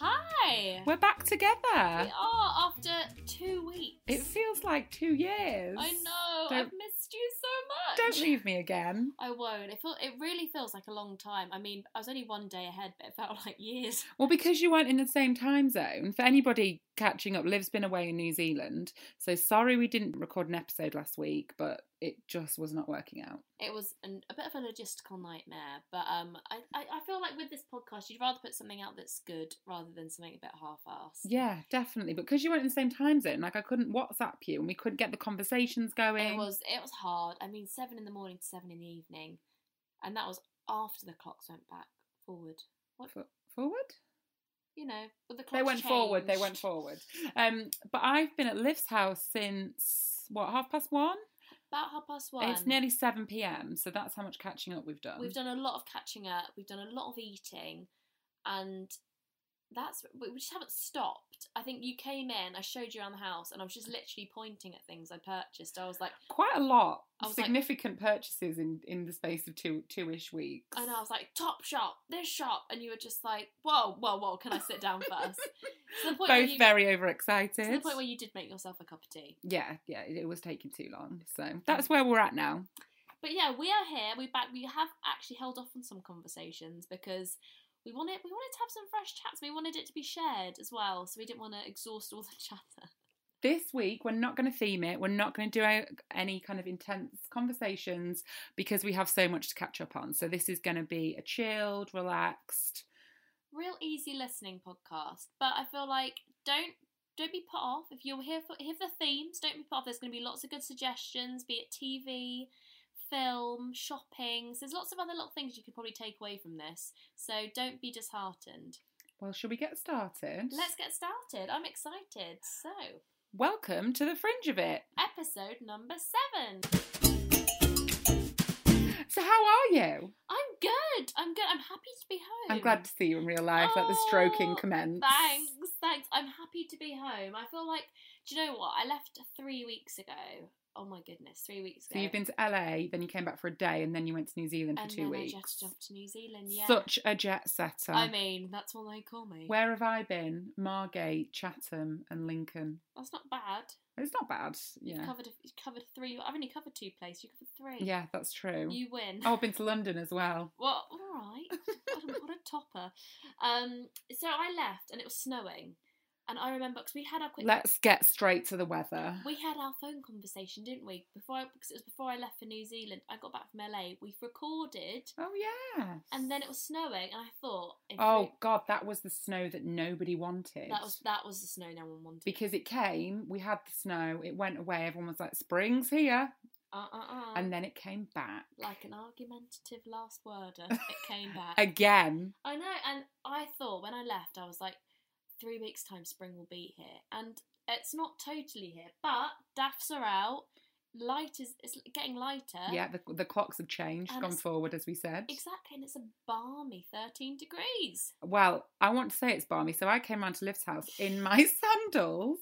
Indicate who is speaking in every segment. Speaker 1: Hi.
Speaker 2: we're back together.
Speaker 1: We are after two weeks.
Speaker 2: It feels like two years.
Speaker 1: I know.
Speaker 2: Don't,
Speaker 1: I've missed you so much.
Speaker 2: don't leave me again.
Speaker 1: I won't. It feel, It really feels like a long time. I mean, I was only one day ahead, but it felt like years.
Speaker 2: Well, because you weren't in the same time zone, for anybody catching up, Liv's been away in New Zealand. So sorry we didn't record an episode last week, but it just was not working out.
Speaker 1: It was an, a bit of a logistical nightmare, but um, I, I, I feel like with this podcast, you'd rather put something out that's good rather than something a bit half-assed.
Speaker 2: Yeah, definitely. But because you weren't in the same time zone, like I couldn't WhatsApp you and we couldn't get the conversations going.
Speaker 1: It was. It was hard. I mean, seven in the morning to seven in the evening, and that was after the clocks went back forward. What
Speaker 2: F- forward?
Speaker 1: you know, but the clocks
Speaker 2: They went forward, they
Speaker 1: changed.
Speaker 2: went forward. Um, but I've been at Liv's house since, what, half past one?
Speaker 1: About half past one.
Speaker 2: It's nearly 7 p.m., so that's how much catching up we've done.
Speaker 1: We've done a lot of catching up. We've done a lot of eating, and that's we we just haven't stopped. I think you came in. I showed you around the house, and I was just literally pointing at things I purchased. I was like,
Speaker 2: quite a lot.
Speaker 1: I was like-
Speaker 2: Significant purchases in, in the space of two two ish weeks.
Speaker 1: I know. I was like, Top Shop, this shop, and you were just like, Whoa, whoa, whoa! Can I sit down first? to the point where
Speaker 2: Both
Speaker 1: you,
Speaker 2: very
Speaker 1: to
Speaker 2: overexcited.
Speaker 1: the point where you did make yourself a cup of tea.
Speaker 2: yeah, yeah, it, it was taking too long. So
Speaker 1: Mm.
Speaker 2: that's where we're at now.
Speaker 1: But yeah, we are here. We back. We have actually held off on some conversations because we wanted we wanted to have some fresh chats. We wanted it to be shared as well, so we didn't want to exhaust all the chatter.
Speaker 2: This week, we're not going to theme it. We're not going to do a- any kind of intense conversations because we have so much to catch up on. So this is going to be a chilled, relaxed.
Speaker 1: real easy listening podcast. But I feel like don't don't be put off if you're here for here for the themes. Don't be put off. There's going to be lots of good suggestions, be it TV, film, shopping. So there's lots of other little things you could probably take away from this. So don't be disheartened.
Speaker 2: Well, shall we get started?
Speaker 1: Let's get started. I'm excited. So
Speaker 2: Welcome to the fringe of it.
Speaker 1: episode number seven.
Speaker 2: So, how are you?
Speaker 1: I'm good. I'm good. I'm happy to be home.
Speaker 2: I'm glad to see you in real life. Let the stroking
Speaker 1: Oh,
Speaker 2: commence.
Speaker 1: Thanks, thanks. I'm happy to be home. I feel like, do you know what? I left three weeks ago. Oh my goodness, three weeks ago.
Speaker 2: So you've been to LA, then you came back for a day, and then you went to New Zealand
Speaker 1: and
Speaker 2: for two
Speaker 1: then
Speaker 2: weeks.
Speaker 1: I just off to New Zealand. Yeah.
Speaker 2: Such a jet setter.
Speaker 1: I mean, that's what they call me.
Speaker 2: Where have I been? Margate, Chatham, and Lincoln.
Speaker 1: that's not bad.
Speaker 2: It's not bad. Yeah,
Speaker 1: You've covered, a- you've covered three. I've only covered two places. You covered three.
Speaker 2: yeah, that's true.
Speaker 1: You win.
Speaker 2: Oh, I've been to London as well.
Speaker 1: Well, all right. what, a, what a topper. Um, so I left and it was snowing, and I remember because we had our quick.
Speaker 2: Let's get straight to the weather.
Speaker 1: We had our phone conversation, didn't we? Before I, because it was before I left for New Zealand. I got back from LA. We recorded,
Speaker 2: Oh yeah.
Speaker 1: and then it was snowing, and I thought, in
Speaker 2: Oh God, that was the snow that nobody wanted.
Speaker 1: three- that was that was the snow no one wanted.
Speaker 2: because it came. We had the snow. It went away. Everyone was like, "Spring's here,"
Speaker 1: Uh uh uh.
Speaker 2: and then it came back
Speaker 1: like an argumentative last worder, it came back.
Speaker 2: again.
Speaker 1: I know, and I thought when I left, I was like, three weeks' time, spring will be here, and it's not totally here, but daffs are out. Light is it's getting lighter.
Speaker 2: Yeah, the, the clocks have changed,
Speaker 1: And
Speaker 2: gone
Speaker 1: it's-
Speaker 2: forward as we said.
Speaker 1: Exactly, and it's a balmy 13 degrees.
Speaker 2: Well, I want to say it's balmy, so I came round to Liv's house in my sandals.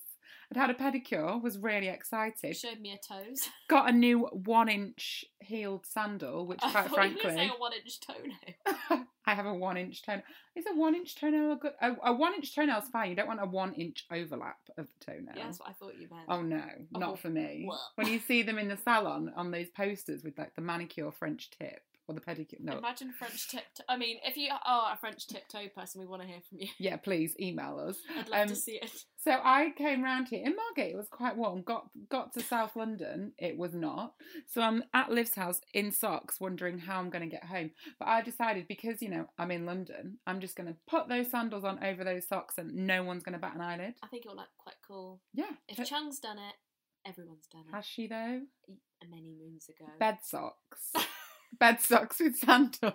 Speaker 2: I'd had a pedicure, was really
Speaker 1: It
Speaker 2: excited.
Speaker 1: showed me her toes.
Speaker 2: Got a new one-inch heeled sandal, which,
Speaker 1: I
Speaker 2: quite
Speaker 1: thought you were gonna
Speaker 2: frankly,
Speaker 1: say a one inch toenail.
Speaker 2: I have a one inch toenail. Is a one inch toenail a good? A, a one inch toenail's fine. You don't want a one inch overlap of the toenail.
Speaker 1: Yeah, that's what I thought you meant.
Speaker 2: Oh no,
Speaker 1: Oh,
Speaker 2: not for me.
Speaker 1: well.
Speaker 2: When you see them in the salon on those posters with like the manicure French tip or the pedicure, no.
Speaker 1: Imagine French tip. I mean, if you are a French tiptoe person, we want to hear from you.
Speaker 2: yeah, please email us.
Speaker 1: I'd love to
Speaker 2: Um,
Speaker 1: see it.
Speaker 2: So I came round here in Margate. It was quite warm. Got got to South London. It was not. So I'm at Liv's house in socks, wondering how I'm going to get home. But I decided because you know I'm in London, I'm just going to put those sandals on over those socks, and no one's going to bat an eyelid.
Speaker 1: I think it'll look quite cool.
Speaker 2: Yeah.
Speaker 1: If
Speaker 2: But
Speaker 1: Chung's done it, everyone's done it.
Speaker 2: Has she though?
Speaker 1: Many moons ago.
Speaker 2: Bed socks. Bed socks with sandals.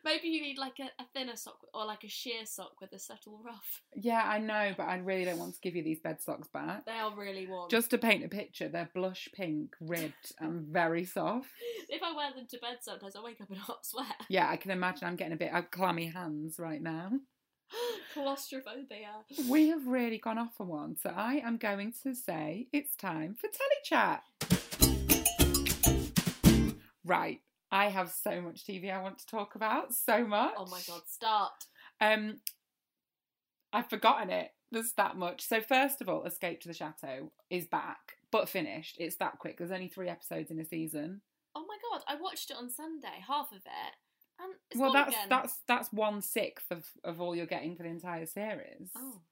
Speaker 1: Maybe you need like a, a thinner sock or like a sheer sock with a subtle ruff.
Speaker 2: yeah, I know, but I really don't want to give you these bed socks back.
Speaker 1: They are really warm.
Speaker 2: Just to paint a picture, they're blush pink, ribbed, and very soft.
Speaker 1: if I wear them to bed sometimes, I wake up in a hot sweat.
Speaker 2: Yeah, I can imagine I'm getting a bit of clammy hands right now.
Speaker 1: Claustrophobia.
Speaker 2: We have really gone off on one, so I am going to say it's time for telechat. Right, I have so much TV I want to talk about, so much.
Speaker 1: Oh my god, start.
Speaker 2: Um, I've forgotten it. There's that much. So first of all, Escape to the Chateau is back, but finished. It's that quick. There's only three episodes in a season.
Speaker 1: Oh my god, I watched it on Sunday, half of it, and it's
Speaker 2: well,
Speaker 1: gone
Speaker 2: that's
Speaker 1: again.
Speaker 2: that's that's one sixth of of all you're getting for the entire series.
Speaker 1: Oh.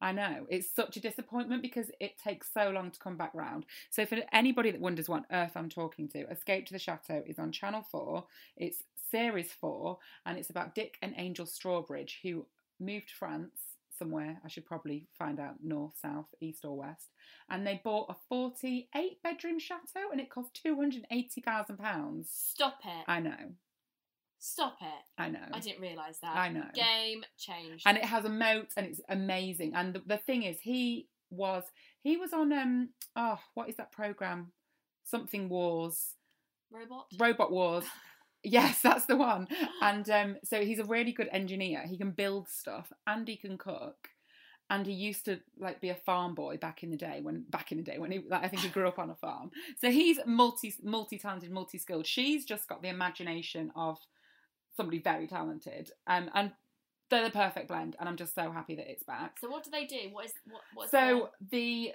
Speaker 2: I know. It's such a disappointment because it takes so long to come back round. So, for anybody that wonders what on earth I'm talking to, Escape to the Chateau is on Channel 4. It's series 4, and it's about Dick and Angel Strawbridge, who moved to France somewhere. I should probably find out north, south, east, or west. And they bought a 48 bedroom chateau, and it cost £280,000.
Speaker 1: Stop it.
Speaker 2: I know.
Speaker 1: Stop it.
Speaker 2: I know.
Speaker 1: I didn't realise that.
Speaker 2: I know.
Speaker 1: Game changed.
Speaker 2: and it has a moat and it's amazing and the, the thing is he was he was on um oh what is that program something wars
Speaker 1: Robot.
Speaker 2: robot wars yes that's the one and um so he's a really good engineer he can build stuff and he can cook and he used to like be a farm boy back in the day when back in the day when he like, i think he grew up on a farm so he's multi multi-talented multi-skilled she's just got the imagination of somebody very talented um and they're the perfect blend and i'm just so happy that it's back
Speaker 1: So what do they do? What is what? What's
Speaker 2: so the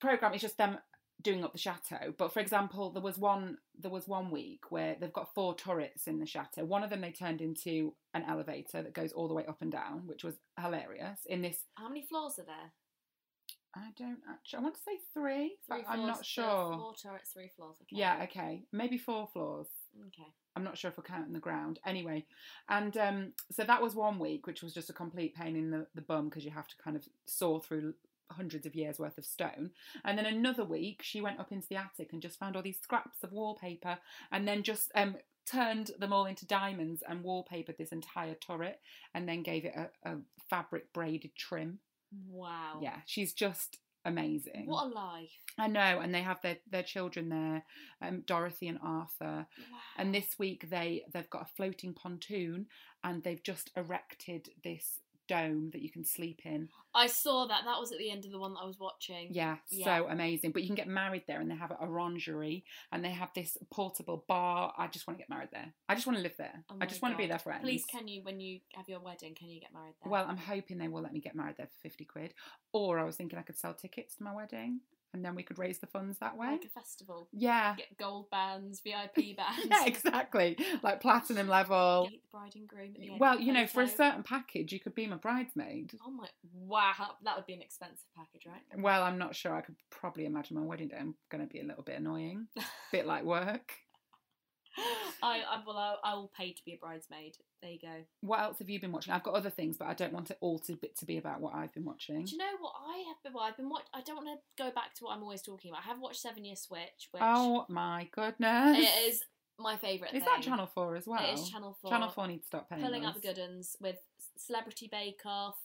Speaker 2: program is just them doing up the chateau. But for example, there was one there was one week where they've got four turrets in the chateau. One of them they turned into an elevator that goes all the way up and down, which was hilarious. In this,
Speaker 1: their- how many floors are there?
Speaker 2: I don't actually I want to say three, but
Speaker 1: Three
Speaker 2: I'm
Speaker 1: floors,
Speaker 2: not
Speaker 1: There's
Speaker 2: sure.
Speaker 1: four turrets, three floors. Okay.
Speaker 2: Yeah, okay, maybe four floors.
Speaker 1: Okay.
Speaker 2: I'm not sure if we're counting the ground. Anyway, and um, so that was one week, which was just a complete pain in the, the bum because you have to kind of saw through hundreds of years worth of stone. And then another week, she went up into the attic and just found all these scraps of wallpaper and then just um, turned them all into diamonds and wallpapered this entire turret and then gave it a, a fabric braided trim.
Speaker 1: Wow.
Speaker 2: Yeah, she's just amazing.
Speaker 1: What a life.
Speaker 2: I know, and they have their, their children there, um, Dorothy and Arthur.
Speaker 1: Wow.
Speaker 2: And this week they they've got a floating pontoon and they've just erected this dome that you can sleep in.
Speaker 1: I saw that. That was at the end of the one that I was watching.
Speaker 2: Yeah,
Speaker 1: Yeah.
Speaker 2: so amazing. But you can get married there and they have an orangery and they have this portable bar. I just want to get married there. I just want to live there.
Speaker 1: Oh
Speaker 2: I
Speaker 1: my
Speaker 2: just want to be
Speaker 1: God.
Speaker 2: their friend.
Speaker 1: Please, can you when you have your wedding? Can you get married there?
Speaker 2: Well, I'm hoping they will let me get married there for 50 quid. Or I was thinking I could sell tickets to my wedding and then we could raise the funds that way.
Speaker 1: like a festival.
Speaker 2: Yeah.
Speaker 1: Get gold bands, VIP bands.
Speaker 2: Yeah, exactly. Like platinum level.
Speaker 1: Get the bride and groom. At the end
Speaker 2: Well,
Speaker 1: of the
Speaker 2: you know, for a
Speaker 1: photo.
Speaker 2: certain package, you could be my bridesmaid.
Speaker 1: Oh my! Wow, that would be an expensive package, right?
Speaker 2: Well, I'm not sure. I could probably imagine my wedding day. I'm going to be a little bit annoying, bit like work.
Speaker 1: I, I well, I, I will pay to be a bridesmaid. there you go.
Speaker 2: What else have you been watching? I've got other things, but I don't want it all to be, to be about what I've been watching.
Speaker 1: Do you know what I have been? Well, I've been watch. I don't want to go back to what I'm always talking about. I have watched Seven Year Switch, which
Speaker 2: oh my goodness!
Speaker 1: it is my favourite.
Speaker 2: Is
Speaker 1: thing.
Speaker 2: that Channel Four as well?
Speaker 1: It is Channel Four.
Speaker 2: Channel Four needs to stop paying.
Speaker 1: pulling
Speaker 2: us.
Speaker 1: out the good uns with Celebrity Bake Off.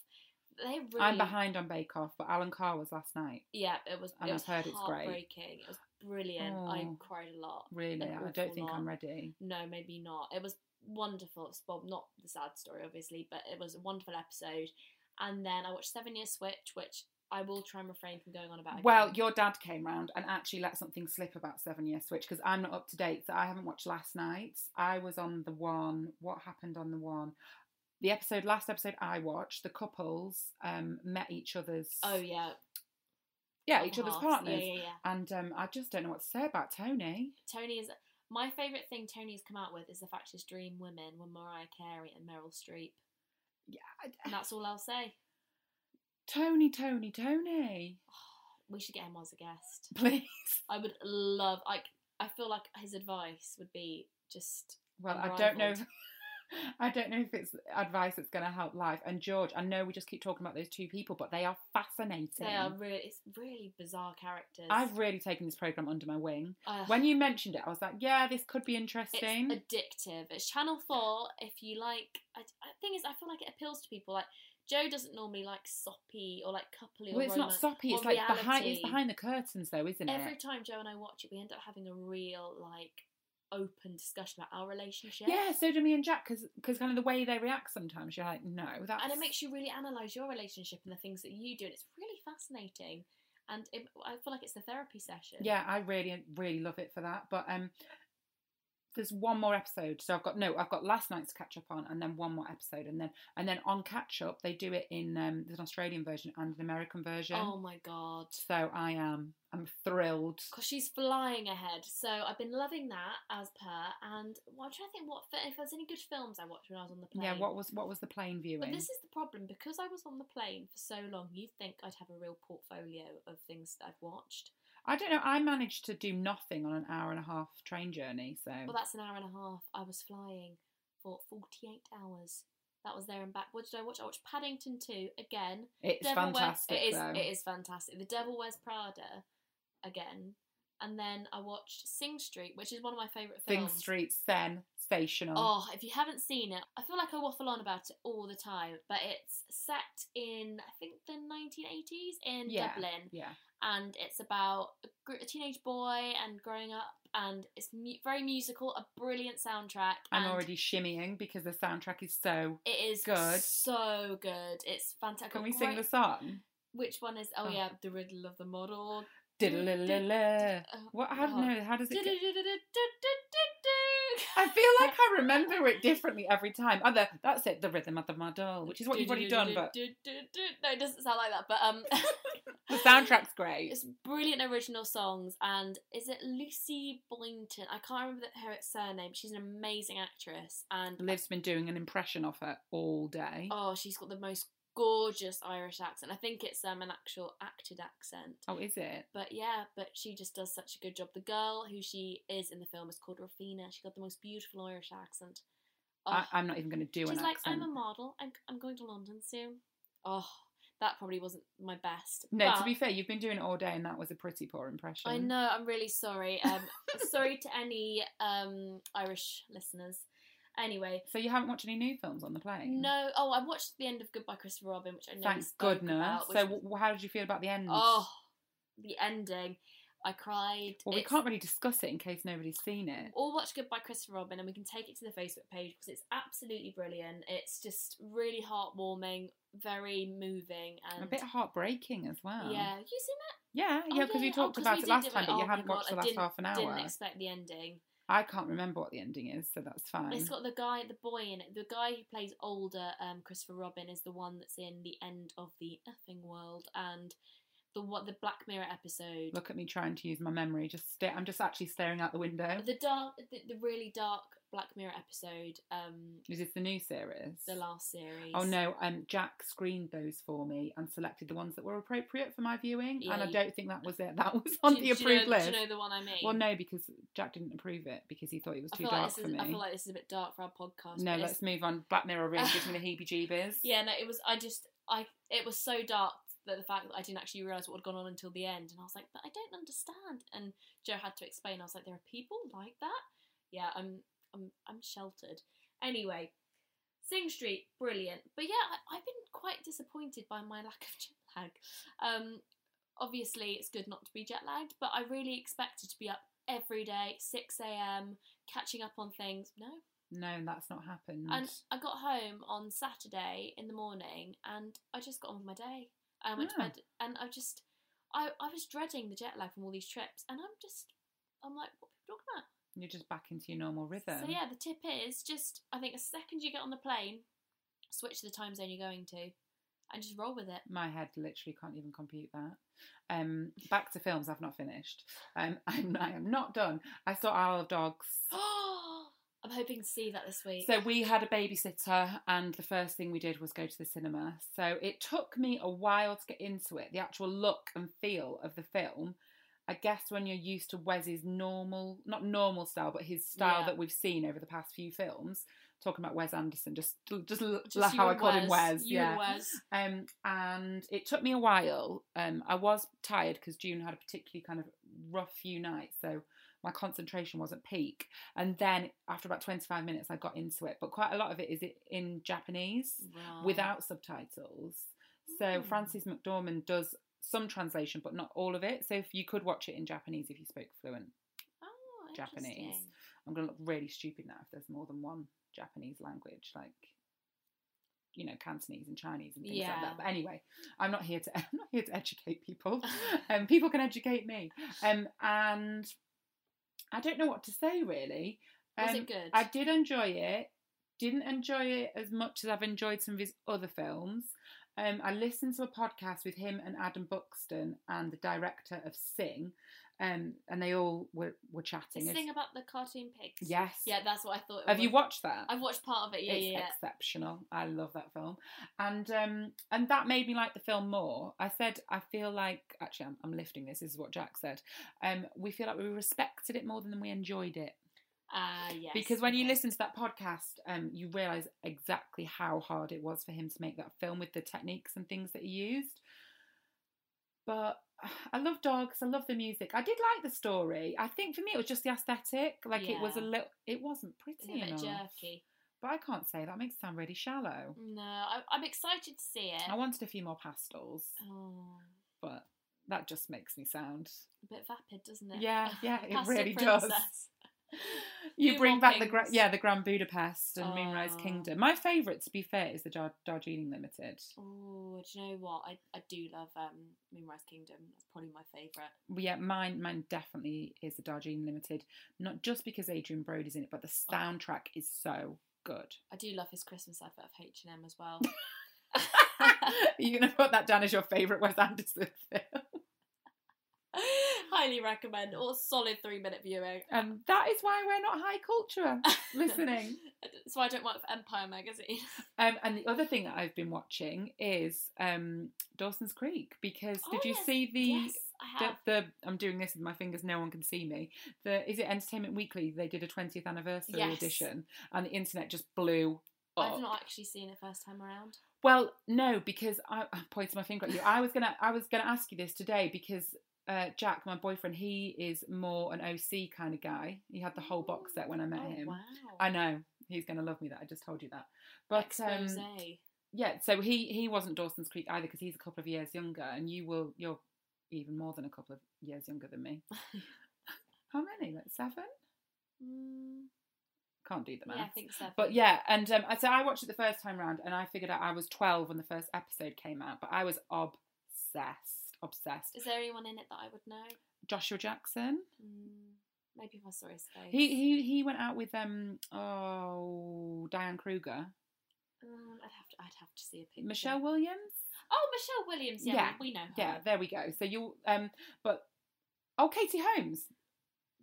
Speaker 1: They really.
Speaker 2: I'm behind on Bake Off, but Alan Carr was last night.
Speaker 1: Yeah, it was.
Speaker 2: and
Speaker 1: it
Speaker 2: I've
Speaker 1: was
Speaker 2: heard it's great.
Speaker 1: heartbreaking. It was brilliant. I
Speaker 2: Oh.
Speaker 1: cried a lot.
Speaker 2: Really,
Speaker 1: An
Speaker 2: I don't
Speaker 1: awful
Speaker 2: think
Speaker 1: lot.
Speaker 2: I'm ready.
Speaker 1: No, maybe not. It was wonderful. It's well, not the sad story, obviously, but it was a wonderful episode. And then I watched Seven Year Switch, which I will try and refrain from going on about. Again.
Speaker 2: Well, your dad came round and actually let something slip about Seven Year Switch because I'm not up to date. So I haven't watched last night. I was on the one. What happened on the one? The episode, last episode I watched, the couples um, met each other's.
Speaker 1: oh yeah,
Speaker 2: yeah,
Speaker 1: other
Speaker 2: each other's
Speaker 1: halves.
Speaker 2: partners.
Speaker 1: Yeah, yeah, yeah.
Speaker 2: And um, I just don't know what to say about Tony.
Speaker 1: Tony is my favorite thing Tony has come out with is the fact his dream women were Mariah Carey and Meryl Streep.
Speaker 2: Yeah,
Speaker 1: And
Speaker 2: I-
Speaker 1: that's all I'll say.
Speaker 2: Tony, Tony, Tony.
Speaker 1: We should get him on as a guest.
Speaker 2: Please.
Speaker 1: I would love. I I feel like his advice would be just.
Speaker 2: Well, I don't know.
Speaker 1: Unrivaled.
Speaker 2: I don't know if it's advice that's going to help life. And George, I know we just keep talking about those two people, but they are fascinating.
Speaker 1: They are really, it's really bizarre characters.
Speaker 2: I've really taken this program under my wing.
Speaker 1: Ugh.
Speaker 2: When you mentioned it, I was like, yeah, this could be
Speaker 1: It's
Speaker 2: interesting.
Speaker 1: addictive. It's Channel Four. If you like, I, I thing is, I feel like it appeals to people. Like Joe doesn't normally like soppy or like coupley.
Speaker 2: well,
Speaker 1: or
Speaker 2: it's not
Speaker 1: romance-
Speaker 2: soppy.
Speaker 1: or
Speaker 2: It's like behind. It's
Speaker 1: reality.
Speaker 2: behind the curtains, though, isn't it?
Speaker 1: Every time Joe and I watch it, we end up having a real like open discussion about our relationship.
Speaker 2: yeah. So do me and Jack, because kind of the way they react sometimes, you're like, no, that's
Speaker 1: and it makes you really analyze your relationship and the things that you do, and it's really fascinating. And it, I feel like it's the therapy session.
Speaker 2: Yeah, I really, really love it for that. But um, there's one more episode. So I've got no, I've got last night's catch up on, and then one more episode, and then and then on catch up they do it in um, there's an Australian version and an American version.
Speaker 1: Oh my god.
Speaker 2: So I am, I'm thrilled.
Speaker 1: Because she's flying ahead, so I've been loving that as per. And well, I'm trying to think what fi- if there's any good films I watched when I was on the plane.
Speaker 2: Yeah, what was what was the plane viewing?
Speaker 1: But this is the problem because I was on the plane for so long. You'd think I'd have a real portfolio of things that I've watched.
Speaker 2: I don't know. I managed to do nothing on an hour and a half train journey. So
Speaker 1: Well, that's an hour and a half. I was flying for 48 hours. That was there and back. What did I watch? I watched Paddington 2 again.
Speaker 2: it's
Speaker 1: Devil Wears-
Speaker 2: fantastic.
Speaker 1: it, is,
Speaker 2: though.
Speaker 1: it is fantastic. The Devil Wears Prada again. And then I watched Sing Street, which is one of my favourite
Speaker 2: Thing
Speaker 1: films.
Speaker 2: Street sensational.
Speaker 1: Oh, if you haven't seen it, I feel like I waffle on about it all the time, but it's set in, I think, the 1980s in
Speaker 2: Yeah.
Speaker 1: Dublin
Speaker 2: Yeah,
Speaker 1: and it's about a, gr- a teenage boy and growing up, and it's mu- very musical, a brilliant soundtrack.
Speaker 2: I'm
Speaker 1: and
Speaker 2: already shimmying because the soundtrack is so.
Speaker 1: It is
Speaker 2: good.
Speaker 1: so good. It's fantastic.
Speaker 2: Can we
Speaker 1: Great-
Speaker 2: sing the song?
Speaker 1: Which one is? Oh,
Speaker 2: Oh.
Speaker 1: yeah, the riddle of the model.
Speaker 2: Diddle-la-la-la.
Speaker 1: Oh,
Speaker 2: What? How,
Speaker 1: God.
Speaker 2: no, how does it? Go?
Speaker 1: Du-du-du-du-du-du-du.
Speaker 2: I feel like I remember it differently every time. Other, that's it. The rhythm of the model, which is what you've already done, but
Speaker 1: Du-du-du-du-du-du. no, it doesn't sound like that. But um,
Speaker 2: the soundtrack's great.
Speaker 1: It's brilliant original songs, and is it Lucy Boynton? I can't remember the- her surname. She's an amazing actress, and
Speaker 2: Liv's been doing an impression of her all day. Oh,
Speaker 1: oh, she's got the most gorgeous Irish accent. I think it's um, an actual acted accent.
Speaker 2: Oh, is it?
Speaker 1: But yeah, but she just does such a good job. The girl who she is in the film is called Rafina. She got the most beautiful Irish accent.
Speaker 2: I,
Speaker 1: Oh.
Speaker 2: I'm not even going to do
Speaker 1: She's
Speaker 2: an
Speaker 1: like,
Speaker 2: accent.
Speaker 1: I'm a model. I'm, I'm going to London soon. Oh, that probably wasn't my best.
Speaker 2: no, to
Speaker 1: but-
Speaker 2: be fair, you've been doing it all day, and that was a pretty poor impression.
Speaker 1: I know. I'm really sorry. Um, sorry to any um, Irish listeners. Anyway,
Speaker 2: So you haven't watched any new films on the plane?
Speaker 1: no. Oh, I watched the end of Goodbye Christopher Robin, which I know. we
Speaker 2: Thanks
Speaker 1: spoke
Speaker 2: goodness.
Speaker 1: About, which
Speaker 2: so,
Speaker 1: was-
Speaker 2: w- how did you feel about the end?
Speaker 1: oh, the ending. I cried.
Speaker 2: well, we
Speaker 1: It's-
Speaker 2: can't really discuss it in case nobody's seen it.
Speaker 1: all watch Goodbye Christopher Robin and we can take it to the Facebook page because it's absolutely brilliant. It's just really heartwarming, very moving, and
Speaker 2: A bit heartbreaking as well.
Speaker 1: yeah. You seen
Speaker 2: Yeah,
Speaker 1: Oh,
Speaker 2: yeah, because
Speaker 1: yeah,
Speaker 2: we
Speaker 1: oh,
Speaker 2: talked
Speaker 1: 'cause
Speaker 2: about
Speaker 1: we
Speaker 2: it
Speaker 1: did
Speaker 2: last
Speaker 1: do
Speaker 2: time,
Speaker 1: it.
Speaker 2: but you
Speaker 1: Oh my
Speaker 2: haven't
Speaker 1: God,
Speaker 2: watched
Speaker 1: I
Speaker 2: the last
Speaker 1: didn't-
Speaker 2: half an
Speaker 1: that?
Speaker 2: hour.
Speaker 1: Didn't expect the ending.
Speaker 2: I can't remember what the ending is, so that's fine.
Speaker 1: It's got the guy, the boy in it. The guy who plays older um, Christopher Robin is the one that's in the end of the effing world and the what the Black Mirror episode.
Speaker 2: Look at me trying to use my memory. Just sta I'm just actually staring out the window.
Speaker 1: The dark, the, the really dark Black Mirror episode, um,
Speaker 2: Is this the new series?
Speaker 1: the last series.
Speaker 2: Oh no, um, Jack screened those for me and selected the ones that were appropriate for my viewing,
Speaker 1: Yeah,
Speaker 2: and I
Speaker 1: you-
Speaker 2: don't think that was it. That was
Speaker 1: Do
Speaker 2: on the
Speaker 1: you- do you know-
Speaker 2: approved list.
Speaker 1: Do you know the one I mean?
Speaker 2: well, no, because Jack didn't approve it because he thought it was
Speaker 1: I
Speaker 2: too
Speaker 1: feel,
Speaker 2: dark
Speaker 1: like this
Speaker 2: for
Speaker 1: is,
Speaker 2: me.
Speaker 1: I feel like this is a bit dark for our podcast.
Speaker 2: no,
Speaker 1: but it's-
Speaker 2: let's move on. Black Mirror really gives me the heebie-jeebies.
Speaker 1: Yeah, no, it was. I just, I, it was so dark that the fact that I didn't actually realize what had gone on until the end, and I was like, but I don't understand. And Joe had to explain. I was like, there are people like that. Yeah, I'm, I'm, I'm sheltered. Anyway, Sing Street, brilliant. But yeah, I, I've been quite disappointed by my lack of jet lag. Um, obviously, it's good not to be jet lagged, but I really expected to be up every day, six a.m., catching up on things. No,
Speaker 2: No, that's not happened.
Speaker 1: and I got home on Saturday in the morning and I just got on with my day. I went
Speaker 2: Ah.
Speaker 1: to bed and I just, I, I was dreading the jet lag from all these trips and I'm just, I'm like, what are people talking about?
Speaker 2: You're just back into your normal rhythm.
Speaker 1: So yeah, the tip is just, I think the second you get on the plane, switch to the time zone you're going to and just roll with it.
Speaker 2: My head literally can't even compute that. Um, back to films. I've not finished. Um, I'm, I am not done. I saw Isle of Dogs.
Speaker 1: I'm hoping to see that this week.
Speaker 2: So we had a babysitter, and the first thing we did was go to the cinema. So it took me a while to get into it, the actual look and feel of the film. I guess when you're used to Wes's normal, not normal style, but his style
Speaker 1: Yeah.
Speaker 2: that we've seen over the past few films, talking about Wes Anderson, just just, just
Speaker 1: Just you
Speaker 2: how I
Speaker 1: and
Speaker 2: called him Wes.
Speaker 1: You
Speaker 2: yeah.
Speaker 1: and Wes.
Speaker 2: Um, and it took me a while. Um, I was tired because June had a particularly kind of rough few nights, so my concentration wasn't peak. And then after about 25 minutes, I got into it. But quite a lot of it is it in Japanese
Speaker 1: Right.
Speaker 2: without subtitles. So
Speaker 1: Mm.
Speaker 2: Frances McDormand does some translation, but not all of it. So if you could watch it in Japanese if you spoke fluent.
Speaker 1: Oh,
Speaker 2: Japanese.
Speaker 1: interesting.
Speaker 2: I'm going to look really stupid now if there's more than one Japanese language, like you know Cantonese and Chinese and things like
Speaker 1: Yeah.
Speaker 2: that. But anyway, I'm not here to I'm not here to educate people. Um, people can educate me. Um, and I don't know what to say really. Um,
Speaker 1: Was it good?
Speaker 2: I did enjoy it. Didn't enjoy it as much as I've enjoyed some of his other films. Um, I listened to a podcast with him and Adam Buxton and the director of Sing, um, and they all were, were chatting.
Speaker 1: This
Speaker 2: It's-
Speaker 1: thing about the cartoon pigs.
Speaker 2: Yes.
Speaker 1: Yeah, that's what I thought. it
Speaker 2: Have you
Speaker 1: was.
Speaker 2: watched that?
Speaker 1: I've watched part of it. Yeah,
Speaker 2: it's
Speaker 1: yeah. yeah.
Speaker 2: exceptional. I love that film, and um, and that made me like the film more. I said I feel like actually I'm, I'm lifting this. This is what Jack said. Um, we feel like we respected it more than we enjoyed it
Speaker 1: Ah, yes.
Speaker 2: because when you
Speaker 1: okay.
Speaker 2: listen to that podcast, um, you realize exactly how hard it was for him to make that film with the techniques and things that he used. But I love dogs. I love the music. I did like the story. I think for me, it was just the aesthetic. Like it was a
Speaker 1: Yeah.
Speaker 2: little. It wasn't pretty
Speaker 1: It's a bit
Speaker 2: enough.
Speaker 1: jerky.
Speaker 2: But I can't say that makes it sound really shallow.
Speaker 1: No, I, I'm excited to see it.
Speaker 2: I wanted a few more pastels,
Speaker 1: oh,
Speaker 2: but that just makes me sound.
Speaker 1: a bit vapid, doesn't it?
Speaker 2: Yeah, yeah, it
Speaker 1: Pasta
Speaker 2: really does.
Speaker 1: princess.
Speaker 2: You
Speaker 1: Moonrise
Speaker 2: bring back the gra-
Speaker 1: Kings.
Speaker 2: yeah the Grand Budapest and Moonrise
Speaker 1: Oh.
Speaker 2: Kingdom. My favourite, to be fair, is the Dar- Darjeeling Limited.
Speaker 1: Oh, do you know what? I, I do love um, Moonrise Kingdom. That's probably my favourite.
Speaker 2: Yeah, mine mine definitely is the Darjeeling Limited. Not just because Adrian Brody's in it, but the
Speaker 1: Oh.
Speaker 2: soundtrack is so good.
Speaker 1: I do love his Christmas advert of H and M as well.
Speaker 2: You're gonna put that down as your favourite Wes Anderson film,
Speaker 1: Highly recommend. Or solid three minute viewing.
Speaker 2: and that is why we're not high culture Uh, listening.
Speaker 1: That's why I don't work for Empire magazine.
Speaker 2: Um, and the other thing that I've been watching is um, Dawson's Creek because did
Speaker 1: Oh,
Speaker 2: you
Speaker 1: yes.
Speaker 2: see the,
Speaker 1: yes, I have.
Speaker 2: the the I'm doing this with my fingers, no one can see me. The is it Entertainment Weekly? They did a 20th anniversary
Speaker 1: Yes.
Speaker 2: edition, and the internet just blew up.
Speaker 1: I've not actually seen it first time around.
Speaker 2: Well, no, because I, I pointed my finger at you. I was gonna I was gonna ask you this today because. Uh, Jack, my boyfriend, he is more an OC kind of guy. He had the whole box set when I met
Speaker 1: Oh,
Speaker 2: him.
Speaker 1: Wow.
Speaker 2: I know he's going to love me. That I just told you that. But
Speaker 1: Expose.
Speaker 2: um, yeah so he he wasn't dawson's creek either because he's a couple of years younger and you will you're even more than a couple of years younger than me how many like seven
Speaker 1: Mm,
Speaker 2: can't do the math
Speaker 1: yeah, I think so.
Speaker 2: but yeah and um, so i watched it the first time round and i figured out i was 12 when the first episode came out but i was obsessed obsessed
Speaker 1: Is there anyone in it that I would know?
Speaker 2: joshua jackson
Speaker 1: Mm, maybe if I saw his face.
Speaker 2: he he he went out with um oh diane kruger
Speaker 1: Um, I'd have to. I'd have to see a picture.
Speaker 2: michelle williams
Speaker 1: Oh, Michelle Williams. Yeah,
Speaker 2: Yeah,
Speaker 1: we we know her.
Speaker 2: yeah there we go so you um but oh katie holmes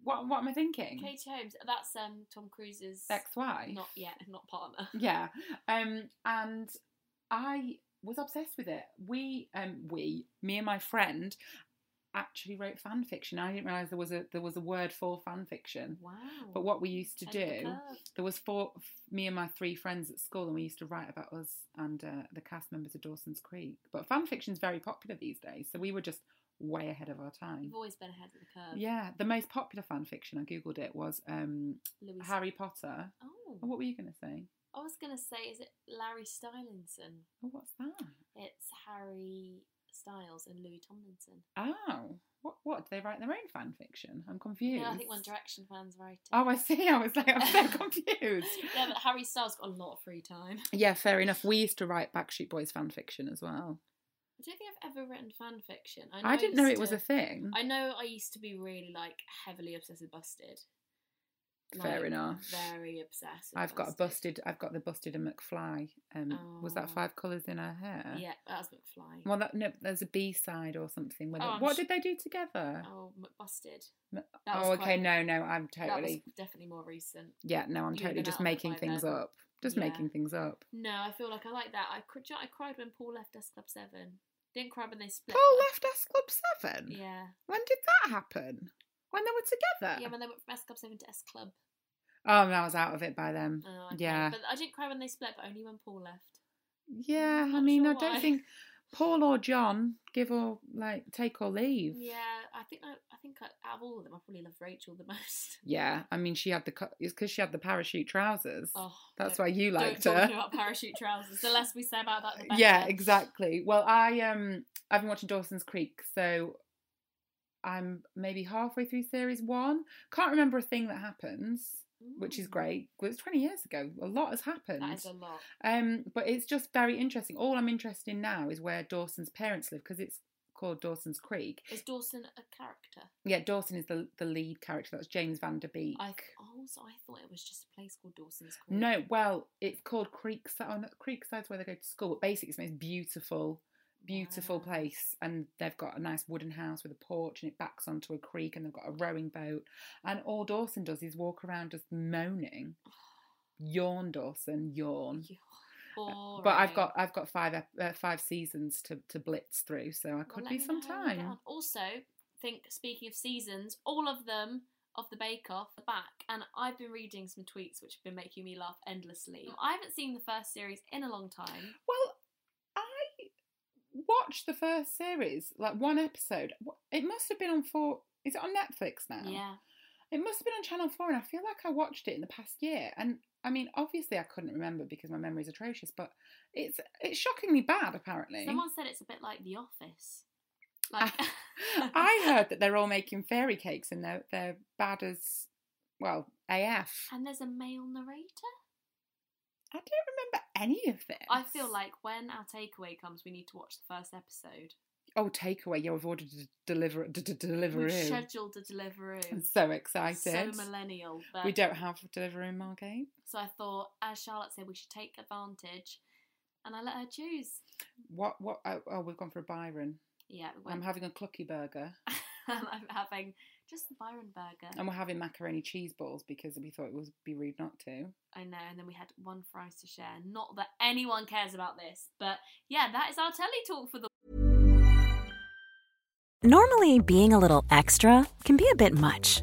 Speaker 2: What what am I thinking?
Speaker 1: Katie Holmes. That's um Tom Cruise's
Speaker 2: Ex-wife.
Speaker 1: Not yet, not partner.
Speaker 2: Yeah. Um, and I was obsessed with it. We, um, we, me and my friend, actually wrote fan fiction. I didn't realize there was a there was a word for fan fiction.
Speaker 1: Wow.
Speaker 2: But what we used to
Speaker 1: Head of the
Speaker 2: do,
Speaker 1: curve.
Speaker 2: there was four, me and my three friends at school, and we used to write about us and uh, the cast members of Dawson's Creek. But fan fiction's very popular these days, so we were just way ahead of our time.
Speaker 1: You've always been ahead of the curve.
Speaker 2: Yeah, the most popular fan fiction I googled it was um,
Speaker 1: Louis.
Speaker 2: Harry Potter.
Speaker 1: Oh.
Speaker 2: What were you going to say?
Speaker 1: I was gonna say, is it Larry Stylinson?
Speaker 2: Oh, what's that?
Speaker 1: It's Harry Styles and Louis Tomlinson.
Speaker 2: Oh, what? What? Do they write their own fan fiction? I'm confused.
Speaker 1: Yeah, I think One Direction fans write it.
Speaker 2: Oh, I see. I was like, I'm so confused.
Speaker 1: yeah, but Harry Styles got a lot of free time.
Speaker 2: Yeah, fair enough. We used to write Backstreet Boys fan fiction as well.
Speaker 1: I don't think I've ever written fan fiction.
Speaker 2: I, didn't know
Speaker 1: used
Speaker 2: it was
Speaker 1: to-
Speaker 2: a thing.
Speaker 1: I know I used to be really like heavily obsessed with Busted.
Speaker 2: Fair enough.
Speaker 1: Very obsessed. with
Speaker 2: I've got a busted. I've got the busted and McFly. Um, was that
Speaker 1: Oh.
Speaker 2: Five Colors in Her Hair?
Speaker 1: Yeah, that was McFly.
Speaker 2: Well, that no, there's a B side or something. With
Speaker 1: Oh,
Speaker 2: it.
Speaker 1: I'm
Speaker 2: What
Speaker 1: su-
Speaker 2: did they do together?
Speaker 1: Oh, McBusted.
Speaker 2: M-
Speaker 1: That was
Speaker 2: oh, okay.
Speaker 1: quite-
Speaker 2: No, no, I'm
Speaker 1: That was
Speaker 2: totally.
Speaker 1: definitely more recent.
Speaker 2: Yeah, no, I'm
Speaker 1: You'd
Speaker 2: totally
Speaker 1: been
Speaker 2: just
Speaker 1: out of it
Speaker 2: making
Speaker 1: by
Speaker 2: things
Speaker 1: then.
Speaker 2: up. Just
Speaker 1: Yeah.
Speaker 2: making things up.
Speaker 1: No, I feel like I like that. I, cr- do you know, I cried when Paul left S Club 7. Didn't cry when they split.
Speaker 2: Paul
Speaker 1: but-
Speaker 2: left S Club Seven.
Speaker 1: uh, Yeah.
Speaker 2: When did that happen? When they were together?
Speaker 1: Yeah, when they went from S Club 7 to S Club.
Speaker 2: Oh, and I was out of it by then.
Speaker 1: Oh, okay.
Speaker 2: Yeah.
Speaker 1: But I didn't cry when they split, but only when Paul left.
Speaker 2: Yeah, I
Speaker 1: Not
Speaker 2: mean,
Speaker 1: sure
Speaker 2: I don't
Speaker 1: why.
Speaker 2: think Paul or John give or like take or leave.
Speaker 1: Yeah, I think I, I think I, out of all of them, I probably love Rachel the most.
Speaker 2: Yeah, I mean, she had the cu- it's because she had the parachute trousers.
Speaker 1: Oh,
Speaker 2: That's
Speaker 1: don't-
Speaker 2: why you
Speaker 1: Don't
Speaker 2: liked
Speaker 1: talk
Speaker 2: her.
Speaker 1: to me about parachute trousers. The less we say about that, the better.
Speaker 2: Yeah, exactly. Well, I um, I've been watching Dawson's Creek, so I'm maybe halfway through series one. Can't remember a thing that happens, which is
Speaker 1: Mm,
Speaker 2: great. Well, it's 20 years ago. A lot has happened.
Speaker 1: That is a lot.
Speaker 2: Um, but it's just very interesting. All I'm interested in now is where Dawson's parents live because it's called Dawson's Creek.
Speaker 1: Is Dawson a character?
Speaker 2: Yeah, Dawson is the the lead character. That's James Van Der Beek.
Speaker 1: I oh, so I thought it was just a place called Dawson's Creek.
Speaker 2: No, well, it's called Creekside. Oh, no, Creekside's where they go to school, but basically it's the most beautiful, beautiful
Speaker 1: Wow.
Speaker 2: place. And they've got a nice wooden house with a porch, and it backs onto a creek, and they've got a rowing boat. And all Dawson does is walk around just moaning, yawn, Dawson, yawn.
Speaker 1: You're
Speaker 2: But I've
Speaker 1: boring.
Speaker 2: got I've got five ep- uh, five seasons to, to blitz through, so I
Speaker 1: Well,
Speaker 2: could
Speaker 1: let
Speaker 2: be
Speaker 1: me
Speaker 2: some
Speaker 1: know how you get
Speaker 2: time.
Speaker 1: on. Also, think speaking of seasons, all of them of the Bake Off are back, and I've been reading some tweets which have been making me laugh
Speaker 2: Mm.
Speaker 1: endlessly. I haven't seen the first series in a long time.
Speaker 2: Well, I watched the first series, like one episode. Wh- It must have been on four. Is it on Netflix now?
Speaker 1: Yeah,
Speaker 2: It must have been on Channel 4, and I feel like I watched it in the past year. And I mean, obviously, I couldn't remember because my memory is atrocious, but it's it's shockingly bad, apparently.
Speaker 1: someone said it's a bit like The Office. Like,
Speaker 2: I heard that they're all making fairy cakes and they're, they're bad as, well, AF.
Speaker 1: and there's a male narrator.
Speaker 2: I don't remember any of this.
Speaker 1: I feel like when our takeaway comes, we need to watch the first episode.
Speaker 2: Oh, takeaway. Yeah, I've ordered a deliver, d- d-
Speaker 1: We've
Speaker 2: Deliveroo.
Speaker 1: scheduled a
Speaker 2: I'm
Speaker 1: Deliveroo.
Speaker 2: so excited.
Speaker 1: So millennial, but
Speaker 2: we don't have Deliveroo in Margate.
Speaker 1: So I thought, as Charlotte said, we should take advantage, and I let her choose.
Speaker 2: What, what, oh, oh, we've gone for a Byron.
Speaker 1: Yeah, we
Speaker 2: I'm
Speaker 1: went-
Speaker 2: having a clucky burger.
Speaker 1: I'm having just the Byron burger.
Speaker 2: And we're having macaroni cheese balls because we thought it would be rude not to.
Speaker 1: I know, and then we had one fries to share. Not that anyone cares about this, but yeah, that is our telly talk for the
Speaker 3: Normally, being a little extra can be a bit much,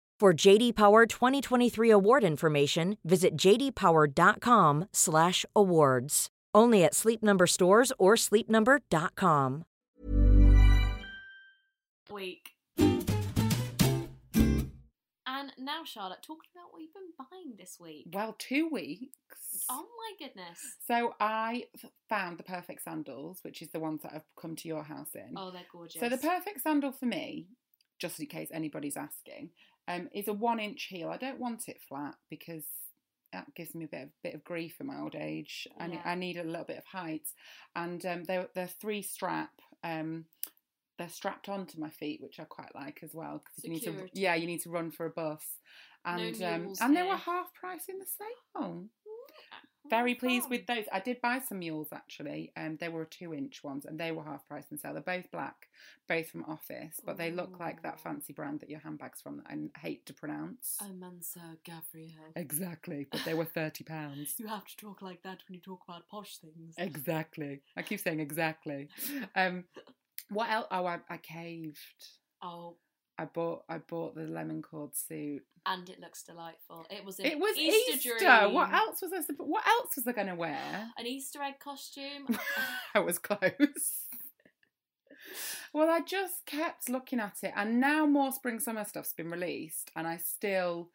Speaker 3: For JD Power 2023 award information, visit jdpower.com/awards. Only at Sleep Number stores or sleepnumber.com.
Speaker 1: week. And now, Charlotte, talking about what you've been buying this week.
Speaker 2: Well, two weeks.
Speaker 1: Oh my goodness.
Speaker 2: So I f- found the perfect sandals, which is the ones that I've come to your house in.
Speaker 1: Oh, they're gorgeous.
Speaker 2: Mm. So the perfect sandal for me, just in case anybody's asking, um, is a one inch heel. I don't want it flat because that gives me a bit of, bit of grief in my old age. I, ne-
Speaker 1: Yeah.
Speaker 2: I need a little bit of height. And um, they're, they're three strap. Um, they're strapped onto my feet, which I quite like as well. Because you need to,
Speaker 1: Secured.
Speaker 2: yeah, you need to run for a bus. And um,
Speaker 1: mules
Speaker 2: and they were
Speaker 1: here.
Speaker 2: half price in the sale.
Speaker 1: Ooh,
Speaker 2: Very pleased
Speaker 1: Oh, fun.
Speaker 2: with those. I did buy some mules actually, and they were two inch ones, and they were half price in sale. They're both black, both from Office, but they look like that
Speaker 1: Ooh.
Speaker 2: fancy brand that your handbags from that I hate to pronounce.
Speaker 1: Oh, Mansur Gabriel.
Speaker 2: Exactly, but they were thirty pounds.
Speaker 1: You have to talk like that when you talk about posh things.
Speaker 2: Exactly. I keep saying exactly. Um, what else? Oh, I, I caved.
Speaker 1: Oh,
Speaker 2: I bought. I bought the lemon cord suit.
Speaker 1: and it looks delightful. It was an
Speaker 2: It was
Speaker 1: Easter,
Speaker 2: Easter.
Speaker 1: dream.
Speaker 2: What else was I? supp- What else was I going to wear?
Speaker 1: An Easter egg costume.
Speaker 2: that was close. well, I just kept looking at it, and now more spring summer stuff's been released, and I still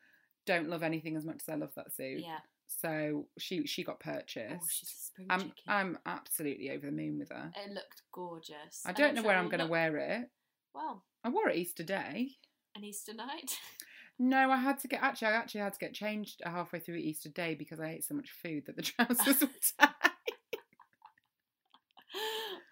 Speaker 2: don't love anything as much as I love that suit.
Speaker 1: yeah.
Speaker 2: So she she got purchased.
Speaker 1: Oh, she's a spring
Speaker 2: I'm
Speaker 1: chicken.
Speaker 2: I'm absolutely over the moon with her.
Speaker 1: It looked gorgeous.
Speaker 2: I
Speaker 1: And
Speaker 2: don't know
Speaker 1: sure
Speaker 2: where
Speaker 1: it
Speaker 2: I'm
Speaker 1: will
Speaker 2: going to
Speaker 1: look-
Speaker 2: wear it.
Speaker 1: Well,
Speaker 2: I wore it Easter Day.
Speaker 1: an Easter night.
Speaker 2: No, I had to get actually. I actually had to get changed halfway through Easter Day because I ate so much food that the trousers were tight.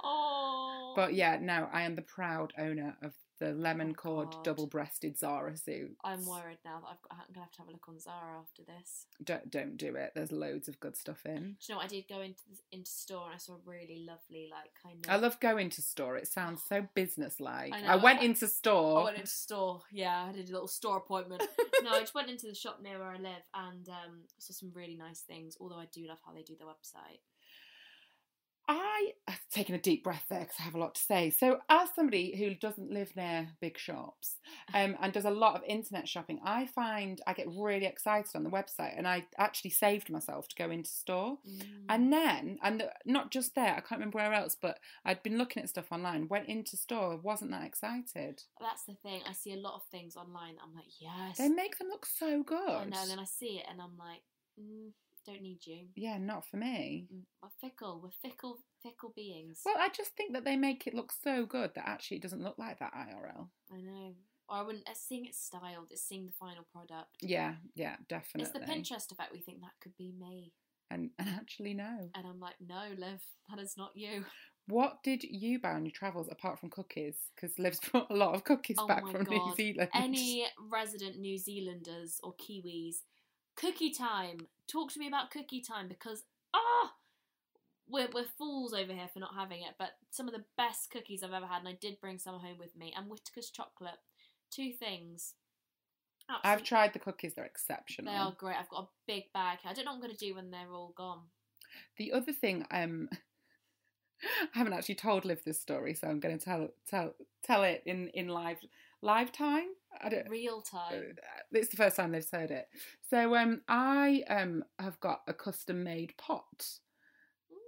Speaker 1: oh.
Speaker 2: But yeah, no, I am the proud owner of the lemon cord
Speaker 1: God.
Speaker 2: double breasted Zara suit.
Speaker 1: I'm worried now that I've got, I'm gonna have to have a look on Zara after this.
Speaker 2: Don't, don't do it. There's loads of good stuff in.
Speaker 1: Do you know what? I did go into the, into store and I saw a really lovely like kind of.
Speaker 2: I love going to store. It sounds so business like.
Speaker 1: I
Speaker 2: I,
Speaker 1: know.
Speaker 2: went into
Speaker 1: I
Speaker 2: store.
Speaker 1: went into store. Yeah, I did a little store appointment. no, I just went into the shop near where I live and um, saw some really nice things. Although I do love how they do their website.
Speaker 2: I I've taken a deep breath there because I have a lot to say. So, as somebody who doesn't live near big shops um, and does a lot of internet shopping, I find I get really excited on the website, and I actually saved myself to go into store. And then, and the, not just there, I can't remember where else, but I'd been looking at stuff online, went into store, wasn't that excited.
Speaker 1: That's the thing. I see a lot of things online. That I'm like, yes.
Speaker 2: They make them look so good.
Speaker 1: I know. And then I see it and I'm like, mm, don't need you.
Speaker 2: yeah, not for me.
Speaker 1: Mm, We're fickle. We're fickle, fickle beings.
Speaker 2: Well, I just think that they make it look so good that actually it doesn't look like that IRL.
Speaker 1: I know. Or I wouldn't. It's seeing it styled. It's seeing the final product.
Speaker 2: Yeah, yeah,
Speaker 1: It's
Speaker 2: definitely.
Speaker 1: the Pinterest effect. We think that could be me,
Speaker 2: And, and actually, no.
Speaker 1: and I'm like, no, Liv, that is not you.
Speaker 2: What did you buy on your travels apart from cookies? Because Liv's brought a lot of cookies
Speaker 1: Oh
Speaker 2: back
Speaker 1: my
Speaker 2: from New
Speaker 1: God.
Speaker 2: Zealand.
Speaker 1: Any resident New Zealanders or Kiwis, cookie time. Talk to me about cookie time because ah, we're we're fools over here for not having it. But some of the best cookies I've ever had, and I did bring some home with me. And Whitaker's chocolate. Two things.
Speaker 2: I've
Speaker 1: Absolute-
Speaker 2: tried the cookies, they're exceptional.
Speaker 1: They are great. I've got a big bag. here. I don't know what I'm going to do when they're all gone.
Speaker 2: The other thing, um, I haven't actually told Liv this story, so I'm going to tell tell tell it in in live live time. I don't.
Speaker 1: Real
Speaker 2: uh,
Speaker 1: time.
Speaker 2: It's the first time they've said it. So um, I um have got a custom made pot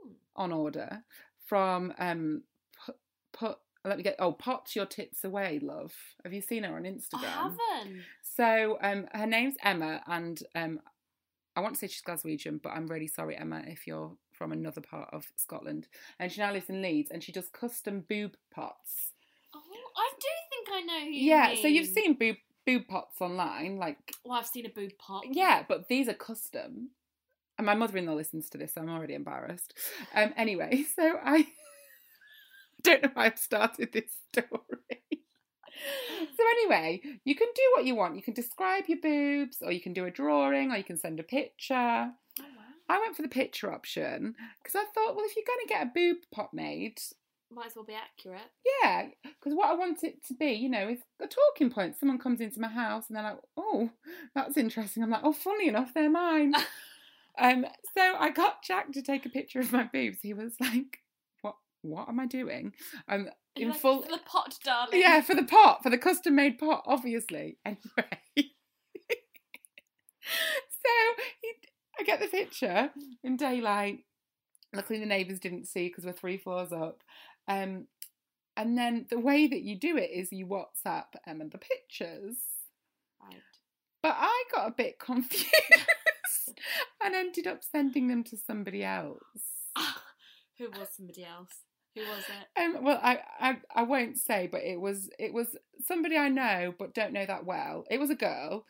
Speaker 1: Mm.
Speaker 2: on order from um put, put let me get oh pot your tits away love. Have you seen her on Instagram?
Speaker 1: I haven't.
Speaker 2: So um, her name's Emma, and um, I want to say she's Glaswegian, but I'm really sorry, Emma, if you're from another part of Scotland. And she now lives in Leeds, and she does custom boob pots.
Speaker 1: Oh, I do think I know who you
Speaker 2: yeah, so you've
Speaker 1: mean.
Speaker 2: seen boob boob pots online, like
Speaker 1: Well, I've seen a boob pop.
Speaker 2: yeah, but these are custom. And my mother-in-law listens to this, so I'm already embarrassed. Um, anyway, so I don't know why I've started this story. So anyway, you can do what you want. You can describe your boobs, or you can do a drawing, or you can send a picture.
Speaker 1: Oh,
Speaker 2: I went for the picture option because I thought, well, if you're going to get a boob pot made,
Speaker 1: wow. Might as well be accurate.
Speaker 2: yeah, because what I want it to be, you know, is a talking point. Someone comes into my house and they're like, "Oh, that's interesting." I'm like, "Oh, funny enough, they're mine." um, so I got Jack to take a picture of my boobs. He was like, "What? What am I doing?" Um,
Speaker 1: And
Speaker 2: in
Speaker 1: like,
Speaker 2: full,
Speaker 1: The pot, darling.
Speaker 2: yeah, for the pot, for the custom made pot, obviously. Anyway, he, I get the picture in daylight. Luckily, the neighbours didn't see because we're three floors up. Um, and then the way that you do it is you WhatsApp Emma the pictures.
Speaker 1: Right.
Speaker 2: But I got a bit confused and ended up sending them to somebody else.
Speaker 1: Who was somebody else? Who was it?
Speaker 2: Um, well, I, I I won't say, but it was it was somebody I know but don't know that well. It was a girl.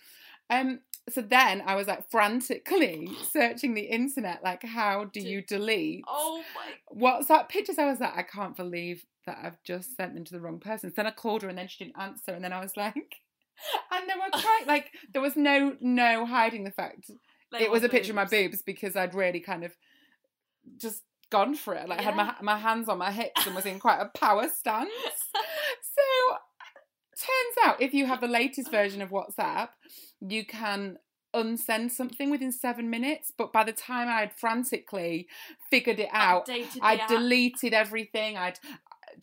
Speaker 2: Um, so then I was like frantically searching the internet, like how do
Speaker 1: Do-
Speaker 2: you delete
Speaker 1: Oh my.
Speaker 2: WhatsApp pictures? I was like, I can't believe that I've just sent them to the wrong person. So then I called her and then she didn't answer, and then I was like, and there were quite like there was no no hiding the fact
Speaker 1: They
Speaker 2: it was
Speaker 1: were
Speaker 2: a picture of my
Speaker 1: boobs.
Speaker 2: boobs because I'd really kind of just gone for it. Like I had my my hands on my hips and was in quite a power stance. so turns out if you have the latest version of WhatsApp, you can unsend something within seven minutes. But by the time I'd frantically figured it out,
Speaker 1: Updated the
Speaker 2: I'd
Speaker 1: app.
Speaker 2: deleted everything. I'd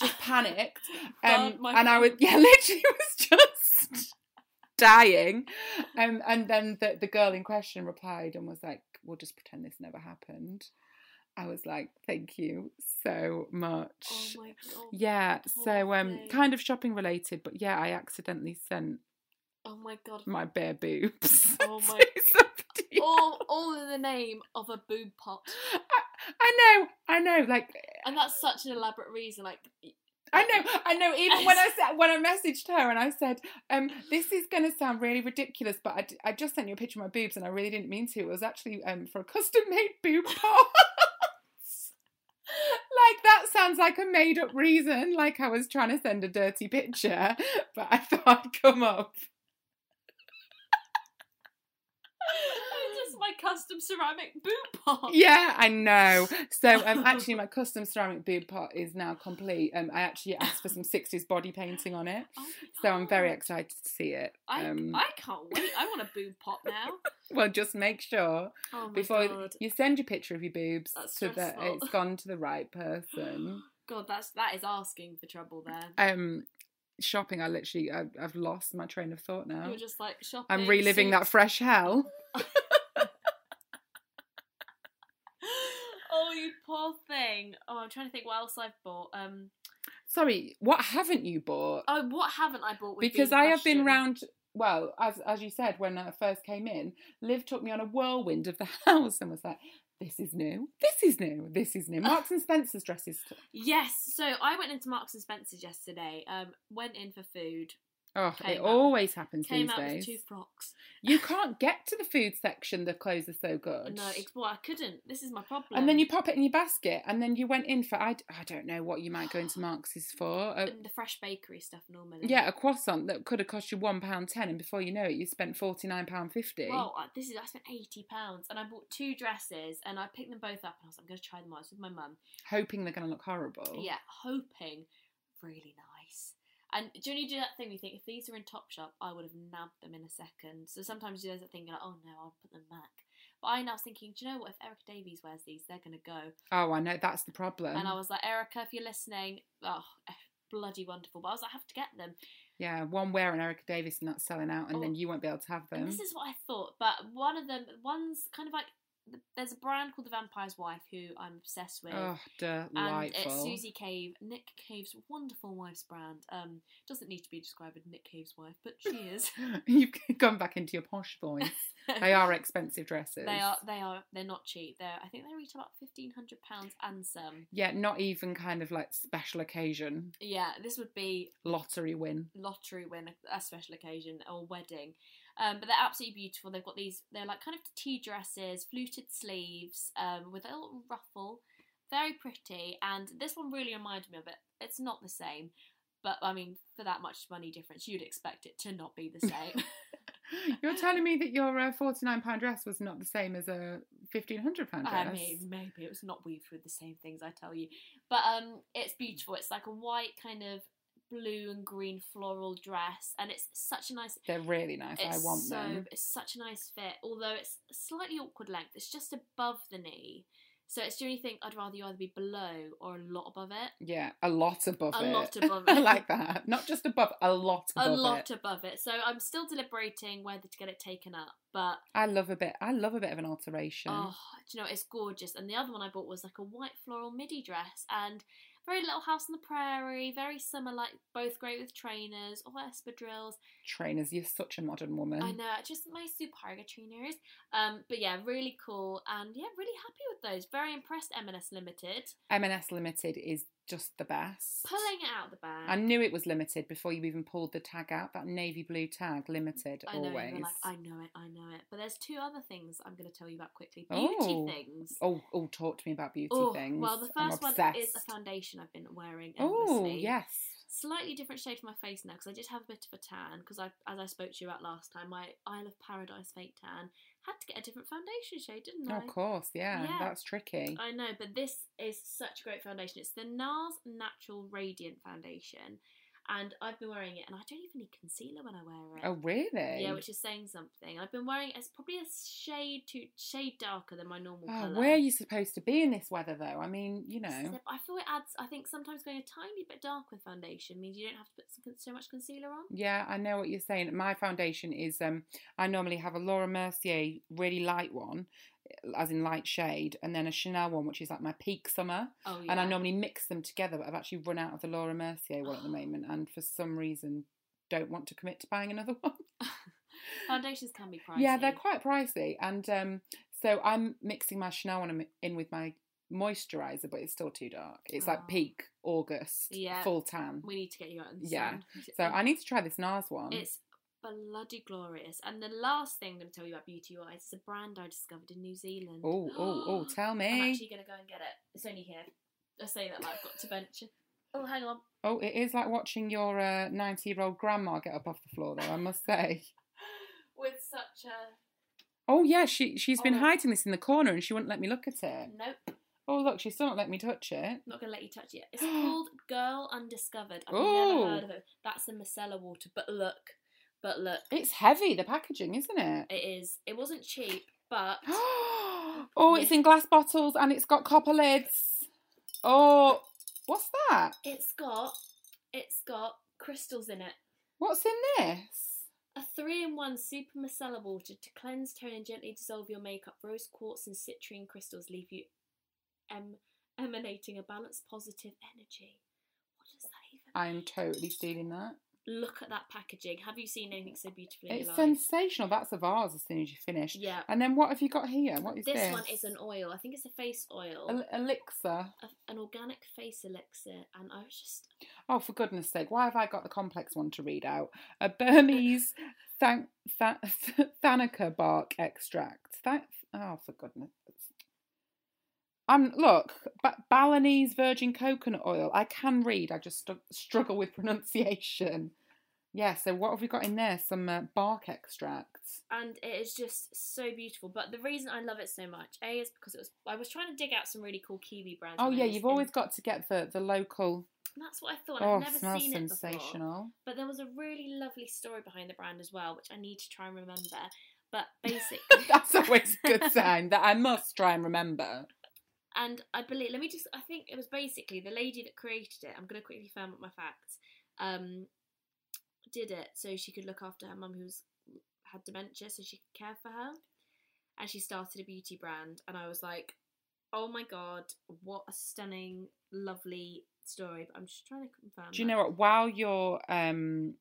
Speaker 2: just panicked.
Speaker 1: Burnt
Speaker 2: Um,
Speaker 1: my
Speaker 2: and I was yeah, literally was just dying. Um, and then the, the girl in question replied and was like, "We'll just pretend this never happened." I was like, "Thank you so much."
Speaker 1: Oh my god.
Speaker 2: yeah,
Speaker 1: poor
Speaker 2: so um,
Speaker 1: thing.
Speaker 2: kind of shopping related, but yeah, I accidentally sent
Speaker 1: Oh my god.
Speaker 2: my bare boobs.
Speaker 1: Oh my Oh
Speaker 2: to somebody
Speaker 1: all, all in the name of a boob pot,
Speaker 2: I, I know, I know. Like,
Speaker 1: and that's such an elaborate reason. Like,
Speaker 2: I know, I know. Even when I said, when I messaged her and I said, um, "This is going to sound really ridiculous, but I, d- I just sent you a picture of my boobs and I really didn't mean to. It was actually um for a custom made boob part." like that sounds like a made up reason. Like I was trying to send a dirty picture, but I thought I'd come up.
Speaker 1: just my custom ceramic boob pot.
Speaker 2: Yeah, I know. So um, actually, my custom ceramic boob part is now complete. Um, I actually asked for some '60s body painting on it,
Speaker 1: Oh my
Speaker 2: so I'm very
Speaker 1: God.
Speaker 2: excited to see it.
Speaker 1: I,
Speaker 2: Um,
Speaker 1: I can't wait. I want a boob pot now.
Speaker 2: Well, just make sure
Speaker 1: Oh my
Speaker 2: before
Speaker 1: god.
Speaker 2: you send your picture of your boobs
Speaker 1: That's
Speaker 2: so that
Speaker 1: stressful.
Speaker 2: it's gone to the right person.
Speaker 1: God, that's that is asking for trouble there.
Speaker 2: Um, shopping. I literally, I've, I've lost my train of thought now.
Speaker 1: You're just like shopping.
Speaker 2: I'm reliving that
Speaker 1: suits.
Speaker 2: fresh hell.
Speaker 1: oh, you poor thing. Oh, I'm trying to think what else I've bought. Um,
Speaker 2: Sorry, what haven't you bought?
Speaker 1: oh, what haven't I bought? Would be
Speaker 2: because
Speaker 1: the
Speaker 2: I have been
Speaker 1: question.
Speaker 2: round. Well, as as you said when I first came in, Liv took me on a whirlwind of the house and was like, "This is new. This is new. This is new." Marks and Spencer's dresses. T-
Speaker 1: Yes, so I went into Marks and Spencer's yesterday. Um, went in for food.
Speaker 2: oh,
Speaker 1: Came
Speaker 2: it
Speaker 1: out-
Speaker 2: always happens
Speaker 1: Came
Speaker 2: these
Speaker 1: out
Speaker 2: days.
Speaker 1: with two frocks.
Speaker 2: You can't get to the food section. The clothes are so good.
Speaker 1: No, it's well, I couldn't. This is my problem.
Speaker 2: and then you pop it in your basket, and then you went in for I, d- I don't know what you might go into Marx's for. A,
Speaker 1: And the fresh bakery stuff normally.
Speaker 2: yeah, a croissant that could have cost you one pound ten, and before you know it, you spent forty nine pound fifty.
Speaker 1: Well, I- this is I spent eighty pounds, and I bought two dresses, and I picked them both up, and I was like, I'm going to try them on. I was with my mum.
Speaker 2: hoping they're going to look horrible.
Speaker 1: Yeah, hoping really nice. And do you only do that thing where you think if these were in Topshop, I would have nabbed them in a second. So sometimes you do that thing you're like, oh no, I'll put them back. But I now was thinking, do you know what? If Erica Davies wears these, they're gonna go.
Speaker 2: Oh, I know that's the problem.
Speaker 1: and I was like, Erica, if you're listening, oh, eh, bloody wonderful. But I was like, I have to get them.
Speaker 2: yeah, one wearing Erica Davis and that's selling out, and
Speaker 1: Oh.
Speaker 2: then you won't be able to have them.
Speaker 1: And this is what I thought, but one of them, one's kind of like there's a brand called The Vampire's Wife who I'm obsessed with.
Speaker 2: oh,
Speaker 1: and it's
Speaker 2: delightful.
Speaker 1: Susie Cave, Nick Cave's wonderful wife's brand. Um, doesn't need to be described as Nick Cave's wife, but she is.
Speaker 2: You've gone back into your posh voice. they are expensive dresses.
Speaker 1: They are. They are. They're not cheap. They're. I think they reach about fifteen hundred pounds and some.
Speaker 2: Yeah, not even kind of like special occasion
Speaker 1: Yeah, this would be
Speaker 2: lottery win.
Speaker 1: lottery win, a special occasion or wedding. Um, but they're absolutely beautiful. They've got these. They're like kind of tea dresses, fluted sleeves, um, with a little ruffle. Very pretty. And this one really reminded me of it. It's not the same. But I mean, for that much money difference, you'd expect it to not be the same.
Speaker 2: You're telling me that your uh, forty-nine pound dress was not the same as a fifteen hundred pound dress.
Speaker 1: I mean, maybe it was not weaved with the same things I tell you, but um, it's beautiful. It's like a white kind of blue and green floral dress, and it's such a nice.
Speaker 2: They're really nice. I
Speaker 1: It's
Speaker 2: want
Speaker 1: so
Speaker 2: them.
Speaker 1: it's such a nice fit, although it's slightly awkward length. It's just above the knee, So it's do you think I'd rather you either be below or a lot above it?
Speaker 2: Yeah, a lot above
Speaker 1: A
Speaker 2: it.
Speaker 1: lot above
Speaker 2: I
Speaker 1: it.
Speaker 2: like that. Not just above, a lot
Speaker 1: a
Speaker 2: above
Speaker 1: lot
Speaker 2: it.
Speaker 1: above it. So I'm still deliberating whether to get it taken up, but
Speaker 2: I love a bit. I love a bit of an alteration.
Speaker 1: oh, do you know it's gorgeous. And the other one I bought was like a white floral midi dress and very little house on the prairie, very summer like both great with trainers or espadrilles.
Speaker 2: Trainers, you're such a modern woman.
Speaker 1: I know, it's just my Superga trainers. Um, but yeah, really cool and yeah, really happy with those. Very impressed M&S Limited
Speaker 2: M&S Limited is just the best.
Speaker 1: pulling it out of the bag.
Speaker 2: I knew it was limited before you even pulled the tag out. That navy blue tag, limited,
Speaker 1: I know, you were
Speaker 2: always.
Speaker 1: like, I know it, I know it. But there's two other things I'm going to tell you about quickly. Beauty
Speaker 2: Oh.
Speaker 1: things.
Speaker 2: Oh, oh, talk to me about beauty
Speaker 1: Oh,
Speaker 2: things.
Speaker 1: Well, the
Speaker 2: I'm
Speaker 1: first one is
Speaker 2: obsessed.
Speaker 1: a foundation I've been wearing
Speaker 2: Oh,
Speaker 1: endlessly.
Speaker 2: yes.
Speaker 1: Slightly different shade for my face now because I did have a bit of a tan because I, as I spoke to you about last time, my Isle of Paradise fake tan had to get a different foundation shade, didn't I?
Speaker 2: Oh, Of course, yeah.
Speaker 1: Yeah.
Speaker 2: That's tricky.
Speaker 1: I know, but this is such a great foundation. It's the NARS Natural Radiant Foundation, and I've been wearing it, and I don't even need concealer when I wear it.
Speaker 2: Oh, really?
Speaker 1: Yeah, which is saying something. I've been wearing it's probably a shade to shade darker than my normal
Speaker 2: Oh,
Speaker 1: colour.
Speaker 2: where are you supposed to be in this weather, though? I mean, you know.
Speaker 1: Except I feel it adds. I think sometimes going a tiny bit dark with foundation means you don't have to put so- so much concealer on.
Speaker 2: Yeah, I know what you're saying. My foundation is um I normally have a Laura Mercier really light one, as in light shade, and then a Chanel one which is like my peak summer.
Speaker 1: Oh
Speaker 2: And I normally mix them together, but I've actually run out of the Laura Mercier one at the moment and for some reason don't want to commit to buying another one.
Speaker 1: foundations can be pricey.
Speaker 2: Yeah, they're quite pricey. And um so I'm mixing my Chanel one um, in with my moisturizer, but it's still too dark. It's
Speaker 1: Oh.
Speaker 2: like peak August,
Speaker 1: Yeah.
Speaker 2: full tan.
Speaker 1: We need to get you out in the
Speaker 2: Yeah.
Speaker 1: sun.
Speaker 2: So I need to try this NARS one.
Speaker 1: It's bloody glorious. And the last thing I'm going to tell you about beauty wise is a brand I discovered in New Zealand.
Speaker 2: Oh, oh, oh, tell me.
Speaker 1: I'm actually going to go and get it. It's only here. I say that like I've got to venture. Oh, hang on.
Speaker 2: Oh, it is like watching your uh, 90 year old grandma get up off the floor, though, I must say.
Speaker 1: With such a
Speaker 2: Oh, yeah, she, she's been
Speaker 1: Oh. Mm.
Speaker 2: hiding this in the corner and she wouldn't let me look at it.
Speaker 1: nope.
Speaker 2: Oh, look, she's still not let me touch it.
Speaker 1: I'm not gonna let you touch it. It's called Girl Undiscovered. I've
Speaker 2: Ooh.
Speaker 1: never heard of it. That's a micellar water, but look, but look,
Speaker 2: It's heavy, the packaging, isn't it?
Speaker 1: it is. It wasn't cheap, but
Speaker 2: oh, it's
Speaker 1: Yeah.
Speaker 2: in glass bottles and it's got copper lids. Oh, what's that?
Speaker 1: it's got it's got crystals in it.
Speaker 2: What's in this?
Speaker 1: A three-in-one super micellar water to cleanse, tone, and gently dissolve your makeup. Rose quartz and citrine crystals leave you em- emanating a balanced, positive energy. What does that even?
Speaker 2: I am totally stealing that.
Speaker 1: Look at that packaging. Have you seen anything so beautiful in
Speaker 2: It's
Speaker 1: your life?
Speaker 2: sensational. That's a vase as soon as you finish.
Speaker 1: Yeah.
Speaker 2: And then what have you got here? What is
Speaker 1: This
Speaker 2: this?
Speaker 1: one is an oil. I think it's a face oil.
Speaker 2: El- elixir.
Speaker 1: a- an organic face elixir, and I was just
Speaker 2: Oh, for goodness sake, why have I got the complex one to read out? A Burmese than- tha- Thanaka bark extract. Tha- oh, for goodness. Um, look, ba- Balinese virgin coconut oil. I can read, I just stu- struggle with pronunciation. Yeah, so what have we got in there? Some uh, bark extracts.
Speaker 1: and it is just so beautiful. But the reason I love it so much, a is because it was I was trying to dig out some really cool kiwi brands.
Speaker 2: Oh,
Speaker 1: and I
Speaker 2: yeah,
Speaker 1: was
Speaker 2: you've
Speaker 1: in-
Speaker 2: always got to get the, the local.
Speaker 1: and That's what I thought. and
Speaker 2: Oh,
Speaker 1: I've never
Speaker 2: smells
Speaker 1: seen it before.
Speaker 2: sensational.
Speaker 1: But there was a really lovely story behind the brand as well, which I need to try and remember. But basically,
Speaker 2: That's always a good sign that I must try and remember.
Speaker 1: And I believe, let me just, I think it was basically the lady that created it. I'm going to quickly firm up my facts. Um, did it so she could look after her mum who's had dementia, so she could care for her. And she started a beauty brand. And I was like, oh my god, what a stunning, lovely story. But I'm just trying to confirm.
Speaker 2: Do you
Speaker 1: that.
Speaker 2: know what? While you're um,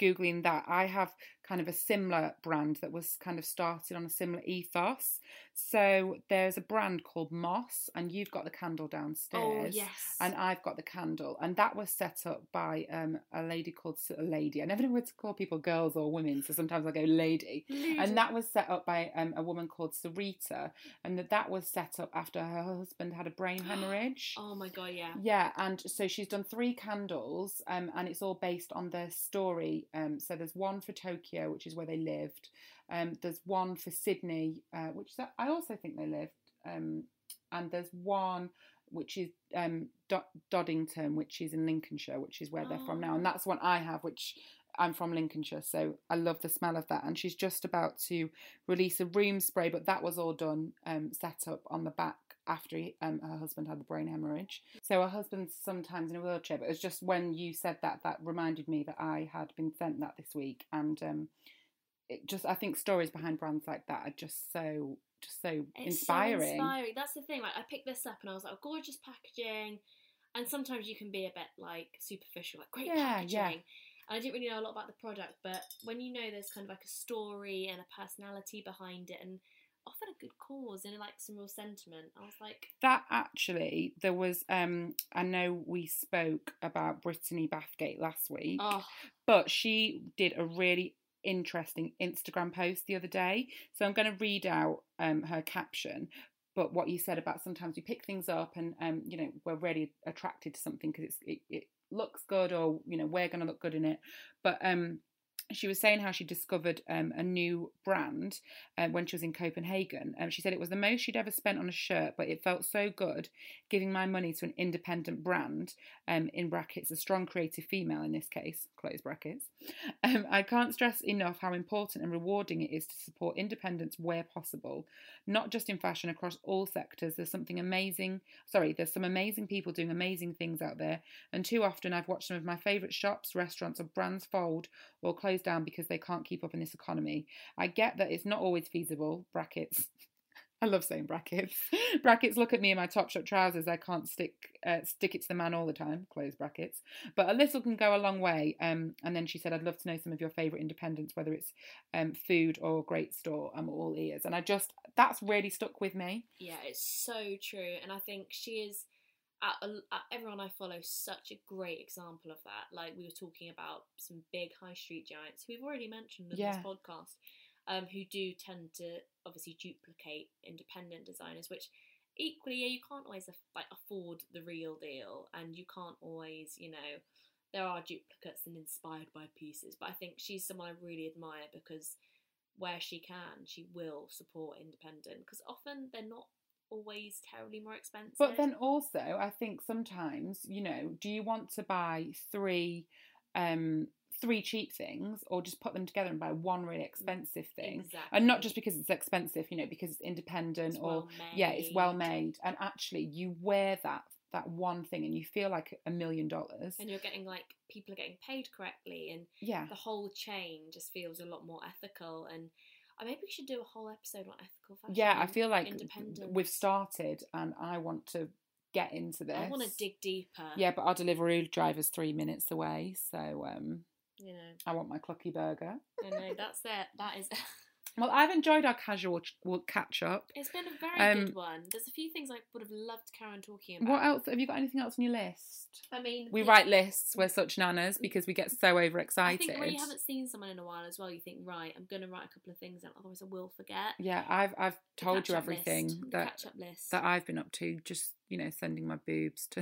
Speaker 2: googling that, I have kind of a similar brand that was kind of started on a similar ethos. So there's a brand called Moss, and you've got the candle downstairs.
Speaker 1: Oh yes.
Speaker 2: And I've got the candle, and that was set up by um, a lady called S- a lady. I never know whether to call people girls or women, so sometimes I go lady. And that was set up by um, a woman called Sarita, and that that was set up after her husband had a brain hemorrhage.
Speaker 1: Oh my god, yeah.
Speaker 2: Yeah, and so she's done three candles, um, and it's all based on their story. Um, so there's one for Tokyo, which is where they lived. Um, there's one for Sydney, uh, which is, I also think they lived. Um, and there's one which is um, Do- Doddington, which is in Lincolnshire, which is where they're from now. And that's one I have, which I'm from Lincolnshire, so I love the smell of that. And she's just about to release a room spray, but that was all done um, set up on the back after he, um, her husband had the brain hemorrhage. So her husband's sometimes in a wheelchair, but it was just when you said that, that reminded me that I had been sent that this week. And um, it just, I think stories behind brands like that are just so, just so
Speaker 1: It's so
Speaker 2: inspiring.
Speaker 1: inspiring. That's the thing. Like I picked this up and I was like, oh, gorgeous packaging. And sometimes you can be a bit like superficial, like great
Speaker 2: Yeah,
Speaker 1: packaging.
Speaker 2: yeah.
Speaker 1: And I didn't really know a lot about the product, but when you know there's kind of like a story and a personality behind it, and often a good cause and like some real sentiment, I was like,
Speaker 2: That actually, there was, um, I know we spoke about Brittany Bathgate last week.
Speaker 1: oh,
Speaker 2: but she did a really interesting Instagram post the other day. So I'm going to read out um, her caption. But what you said about sometimes we pick things up and um, you know we're really attracted to something because it's it, it looks good or you know we're going to look good in it. But um, she was saying how she discovered um, a new brand uh, when she was in Copenhagen. Um, she said it was the most she'd ever spent on a shirt, but it felt so good giving my money to an independent brand, um, in brackets, a strong creative female in this case, close brackets. Um, I can't stress enough how important and rewarding it is to support independence where possible, not just in fashion, across all sectors. There's something amazing, sorry, there's some amazing people doing amazing things out there, and too often I've watched some of my favourite shops, restaurants, or brands fold or close down because they can't keep up in this economy. I get that it's not always feasible, brackets. I love saying brackets. brackets look at me in my top shop trousers. I can't stick uh, stick it to the man all the time. Close brackets. But a little can go a long way. Um, and then she said, "I'd love to know some of your favourite independents, whether it's um, food or great store. I'm all ears." And I just that's really stuck with me.
Speaker 1: Yeah, it's so true, and I think she is. uh, uh, Everyone I follow, such a great example of that. Like we were talking about some big high street giants who we've already mentioned in
Speaker 2: Yeah.
Speaker 1: this podcast, um, who do tend to obviously duplicate independent designers, which equally, yeah, you can't always aff- like afford the real deal, and you can't always, you know, there are duplicates and inspired by pieces. But I think she's someone I really admire because where she can, she will support independent because often they're not always terribly more expensive.
Speaker 2: But then also, I think sometimes you know, do you want to buy three? Um, three cheap things or just put them together and buy one really expensive thing
Speaker 1: exactly.
Speaker 2: and not just because it's expensive you know because it's independent
Speaker 1: It's
Speaker 2: or
Speaker 1: well-made.
Speaker 2: yeah it's well made and actually you wear that that one thing and you feel like a million dollars
Speaker 1: and you're getting like people are getting paid correctly, and
Speaker 2: yeah
Speaker 1: the whole chain just feels a lot more ethical. And uh, maybe we should do a whole episode on ethical fashion.
Speaker 2: yeah i feel like
Speaker 1: independent.
Speaker 2: we've started and i want to get into this
Speaker 1: I want to dig deeper.
Speaker 2: yeah but our delivery driver's three minutes away so um
Speaker 1: you know,
Speaker 2: i want my clucky burger
Speaker 1: I know that's it. That is.
Speaker 2: well i've enjoyed our casual ch- catch up
Speaker 1: it's been a very
Speaker 2: Um,
Speaker 1: good one. There's a few things I would have loved Karen talking about.
Speaker 2: what else have you got anything else on your list
Speaker 1: I mean,
Speaker 2: we
Speaker 1: the-
Speaker 2: write lists we're such nanas because we get so
Speaker 1: I
Speaker 2: overexcited
Speaker 1: think when you haven't seen someone in a while as well, you think, right, I'm going to write a couple of things down, otherwise I will forget.
Speaker 2: yeah i've i've
Speaker 1: The
Speaker 2: told you
Speaker 1: catch-up list,
Speaker 2: everything
Speaker 1: the
Speaker 2: that
Speaker 1: catch-up list.
Speaker 2: that I've been up to, just you know, sending my boobs to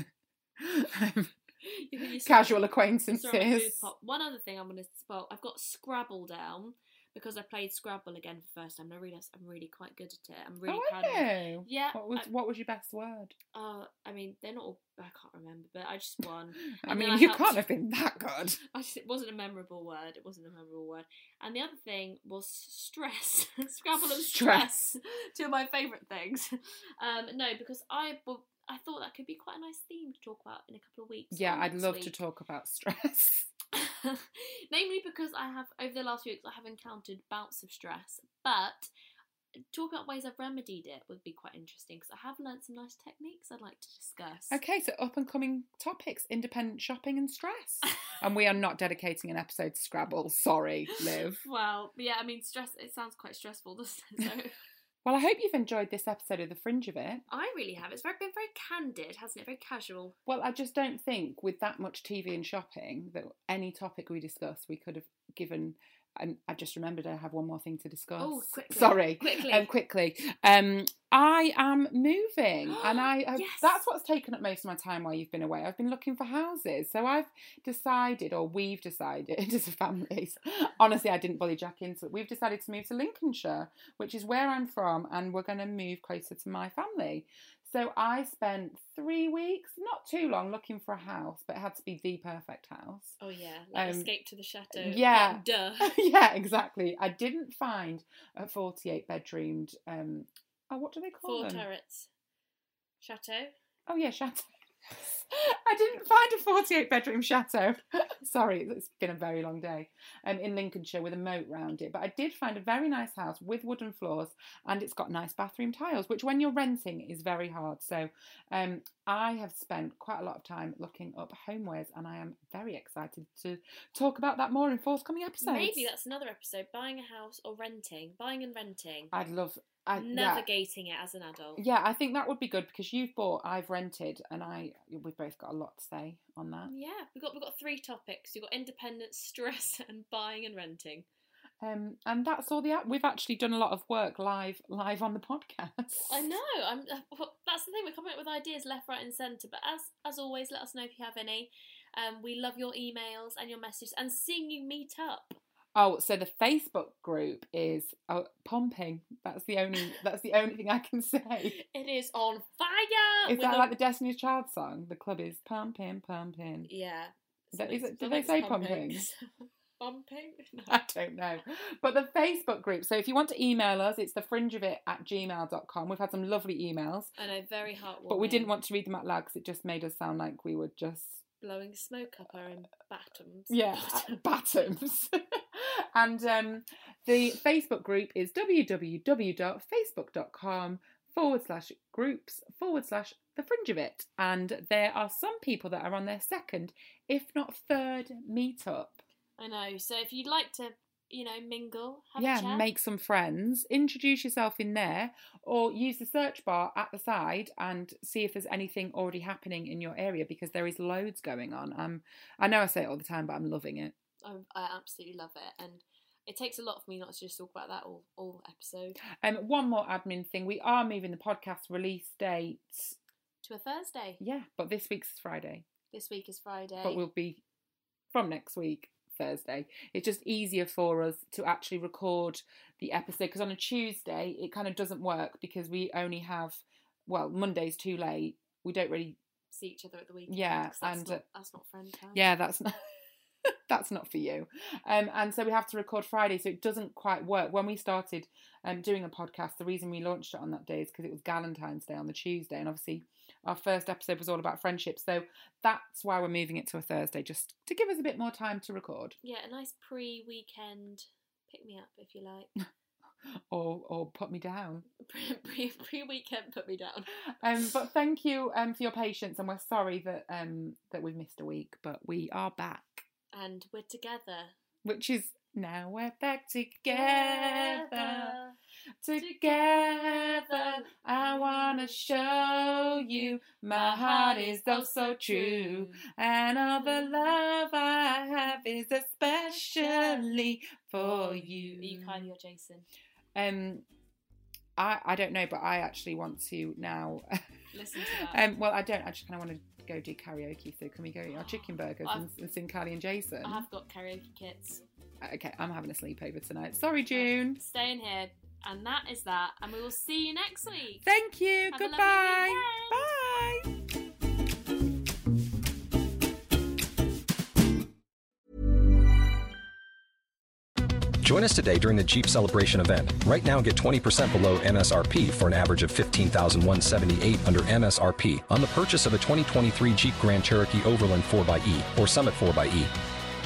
Speaker 2: um,
Speaker 1: You think you saw-
Speaker 2: casual
Speaker 1: you saw my food
Speaker 2: acquaintances.
Speaker 1: pop. One other thing I'm going to well, I've got Scrabble down because I played Scrabble again for the first time. And I realise I'm really quite good at it. I'm really
Speaker 2: oh,
Speaker 1: proud.
Speaker 2: I
Speaker 1: of myself.
Speaker 2: know.
Speaker 1: Yeah,
Speaker 2: What was
Speaker 1: I-
Speaker 2: what was your best word?
Speaker 1: Uh, I mean, they're not all. I can't remember, but I just won.
Speaker 2: I
Speaker 1: And then
Speaker 2: mean,
Speaker 1: I
Speaker 2: you
Speaker 1: helped-
Speaker 2: can't have been that good.
Speaker 1: I just, it wasn't a memorable word. It wasn't a memorable word. And the other thing was stress. Scrabble and stress. Two of my favourite things. Um, no, because I well, I thought that could be quite a nice theme to talk about in a couple of weeks.
Speaker 2: Yeah,
Speaker 1: or
Speaker 2: I'd
Speaker 1: next
Speaker 2: love to
Speaker 1: week.
Speaker 2: talk about stress.
Speaker 1: Namely, because I have over the last few weeks I have encountered bouts of stress, but talk about ways I've remedied it would be quite interesting because I have learned some nice techniques I'd like to discuss.
Speaker 2: Okay, so up and coming topics: independent shopping and stress. and we are not dedicating an episode to Scrabble. Sorry, Liv.
Speaker 1: Well, yeah, I mean, stress. It sounds quite stressful, doesn't it? So
Speaker 2: Well, I hope you've enjoyed this episode of The Fringe of It.
Speaker 1: I really have. It's very, been very candid, hasn't it? Very casual.
Speaker 2: Well, I just don't think with that much TV and shopping that any topic we discuss we could have given. And I just remembered I have one more thing to discuss.
Speaker 1: Oh, quickly.
Speaker 2: Sorry,
Speaker 1: Quickly.
Speaker 2: Um, quickly. Um, I am moving, and I have,
Speaker 1: Yes.
Speaker 2: that's what's taken up most of my time while you've been away. I've been looking for houses, so I've decided, or we've decided as a family. Honestly, I didn't bully Jack into it. We've decided to move to Lincolnshire, which is where I'm from, and we're going to move closer to my family. So I spent three weeks, not too long, looking for a house, but it had to be the perfect house.
Speaker 1: Oh yeah, like
Speaker 2: Um,
Speaker 1: escape to the chateau.
Speaker 2: yeah.
Speaker 1: Like, duh.
Speaker 2: yeah, exactly. I didn't find a 48 bedroomed, um, oh, what do they call
Speaker 1: Four
Speaker 2: them?
Speaker 1: turrets. Chateau.
Speaker 2: Oh yeah, chateau. I didn't find a 48 bedroom chateau. Sorry, it's been a very long day. Um, in Lincolnshire with a moat round it, but I did find a very nice house with wooden floors and it's got nice bathroom tiles, which when you're renting is very hard. So, um, I have spent quite a lot of time looking up homewares and I am very excited to talk about that more in forthcoming episodes.
Speaker 1: Maybe that's another episode: buying a house or renting, buying and renting,
Speaker 2: I'd love I, yeah.
Speaker 1: navigating it as an adult.
Speaker 2: Yeah, I think that would be good because you've bought, I've rented, and I we've both got a lot to say on that.
Speaker 1: Yeah, we got we got three topics. You got independence, stress, and buying and renting.
Speaker 2: Um, and that's all the app. We've actually done a lot of work live, live on the podcast.
Speaker 1: I know. I'm. well, That's the thing. We're coming up with ideas left, right, and centre. But as as always, let us know if you have any. Um, we love your emails and your messages and seeing you meet up.
Speaker 2: Oh, so the Facebook group is oh, pumping. That's the only. That's the only thing I can say.
Speaker 1: It is on fire.
Speaker 2: Is
Speaker 1: We're
Speaker 2: that
Speaker 1: not-
Speaker 2: like the Destiny's Child song? The club is pumping, pumping.
Speaker 1: Yeah.
Speaker 2: Is that- is it- do
Speaker 1: I
Speaker 2: they
Speaker 1: think it's
Speaker 2: say
Speaker 1: pumping? No.
Speaker 2: I don't know. But the Facebook group. So if you want to email us, it's thefringeofit at gmail.com. We've had some lovely emails,
Speaker 1: I know, very heartwarming.
Speaker 2: but we didn't want to read them out loud because it just made us sound like we were just
Speaker 1: blowing smoke up our own bottoms.
Speaker 2: Yeah, Bottoms. and um, the Facebook group is www.facebook.com forward slash groups forward slash the fringe of it. And there are some people that are on their second, if not third, meetup.
Speaker 1: I know. So if you'd like to, you know, mingle, have a
Speaker 2: yeah,
Speaker 1: chat.
Speaker 2: make some friends, introduce yourself in there, or use the search bar at the side and see if there's anything already happening in your area because there is loads going on. I'm, I know I say it all the time, but I'm loving it.
Speaker 1: I, I absolutely love it, and it takes a lot for me not to just talk about that all, all episode
Speaker 2: Um, one more admin thing. We are moving the podcast release date.
Speaker 1: to a Thursday.
Speaker 2: Yeah, but this week's Friday.
Speaker 1: This week is Friday.
Speaker 2: But we'll be from next week, Thursday. It's just easier for us to actually record the episode because on a Tuesday it kind of doesn't work because we only have, well, Monday's too late. We don't really.
Speaker 1: see each other at the weekend.
Speaker 2: Yeah,
Speaker 1: 'cause that's
Speaker 2: and,
Speaker 1: not,
Speaker 2: uh,
Speaker 1: that's not friend time.
Speaker 2: Yeah, that's not. That's not for you. Um, and so we have to record Friday, so it doesn't quite work. When we started um, doing a podcast, the reason we launched it on that day is because it was Galentine's Day on the Tuesday, and obviously our first episode was all about friendship. So that's why we're moving it to a Thursday, just to give us a bit more time to record
Speaker 1: yeah, a nice pre-weekend pick me up if you like.
Speaker 2: or or put me down.
Speaker 1: Pre- pre pre weekend put me down.
Speaker 2: Um, but thank you um, for your patience, and we're sorry that um, that we've missed a week, but we are back,
Speaker 1: And we're together.
Speaker 2: which is now we're back together.
Speaker 1: Together.
Speaker 2: Together, I wanna show you my heart is oh so true, and all the love I have is especially for
Speaker 1: Are you
Speaker 2: you.
Speaker 1: Kylie or Jason?
Speaker 2: Um, I I don't know, but I actually want to now.
Speaker 1: Listen to that.
Speaker 2: um, well, I don't. I just kind of want to go do karaoke. So can we go eat our chicken burgers and,
Speaker 1: I've-
Speaker 2: and sing Carly and Jason?
Speaker 1: I have got karaoke kits.
Speaker 2: Okay, I'm having a sleepover tonight. Sorry, June.
Speaker 1: Stay in here. And that is that. And we will see you next week.
Speaker 2: Thank you.
Speaker 1: Have a lovely
Speaker 2: Goodbye.
Speaker 1: weekend.
Speaker 2: Bye.
Speaker 4: Join us today during the Jeep Celebration event. Right now, get 20% below MSRP for an average of 15178 under MSRP on the purchase of a 2023 Jeep Grand Cherokee Overland 4xE or Summit 4xE.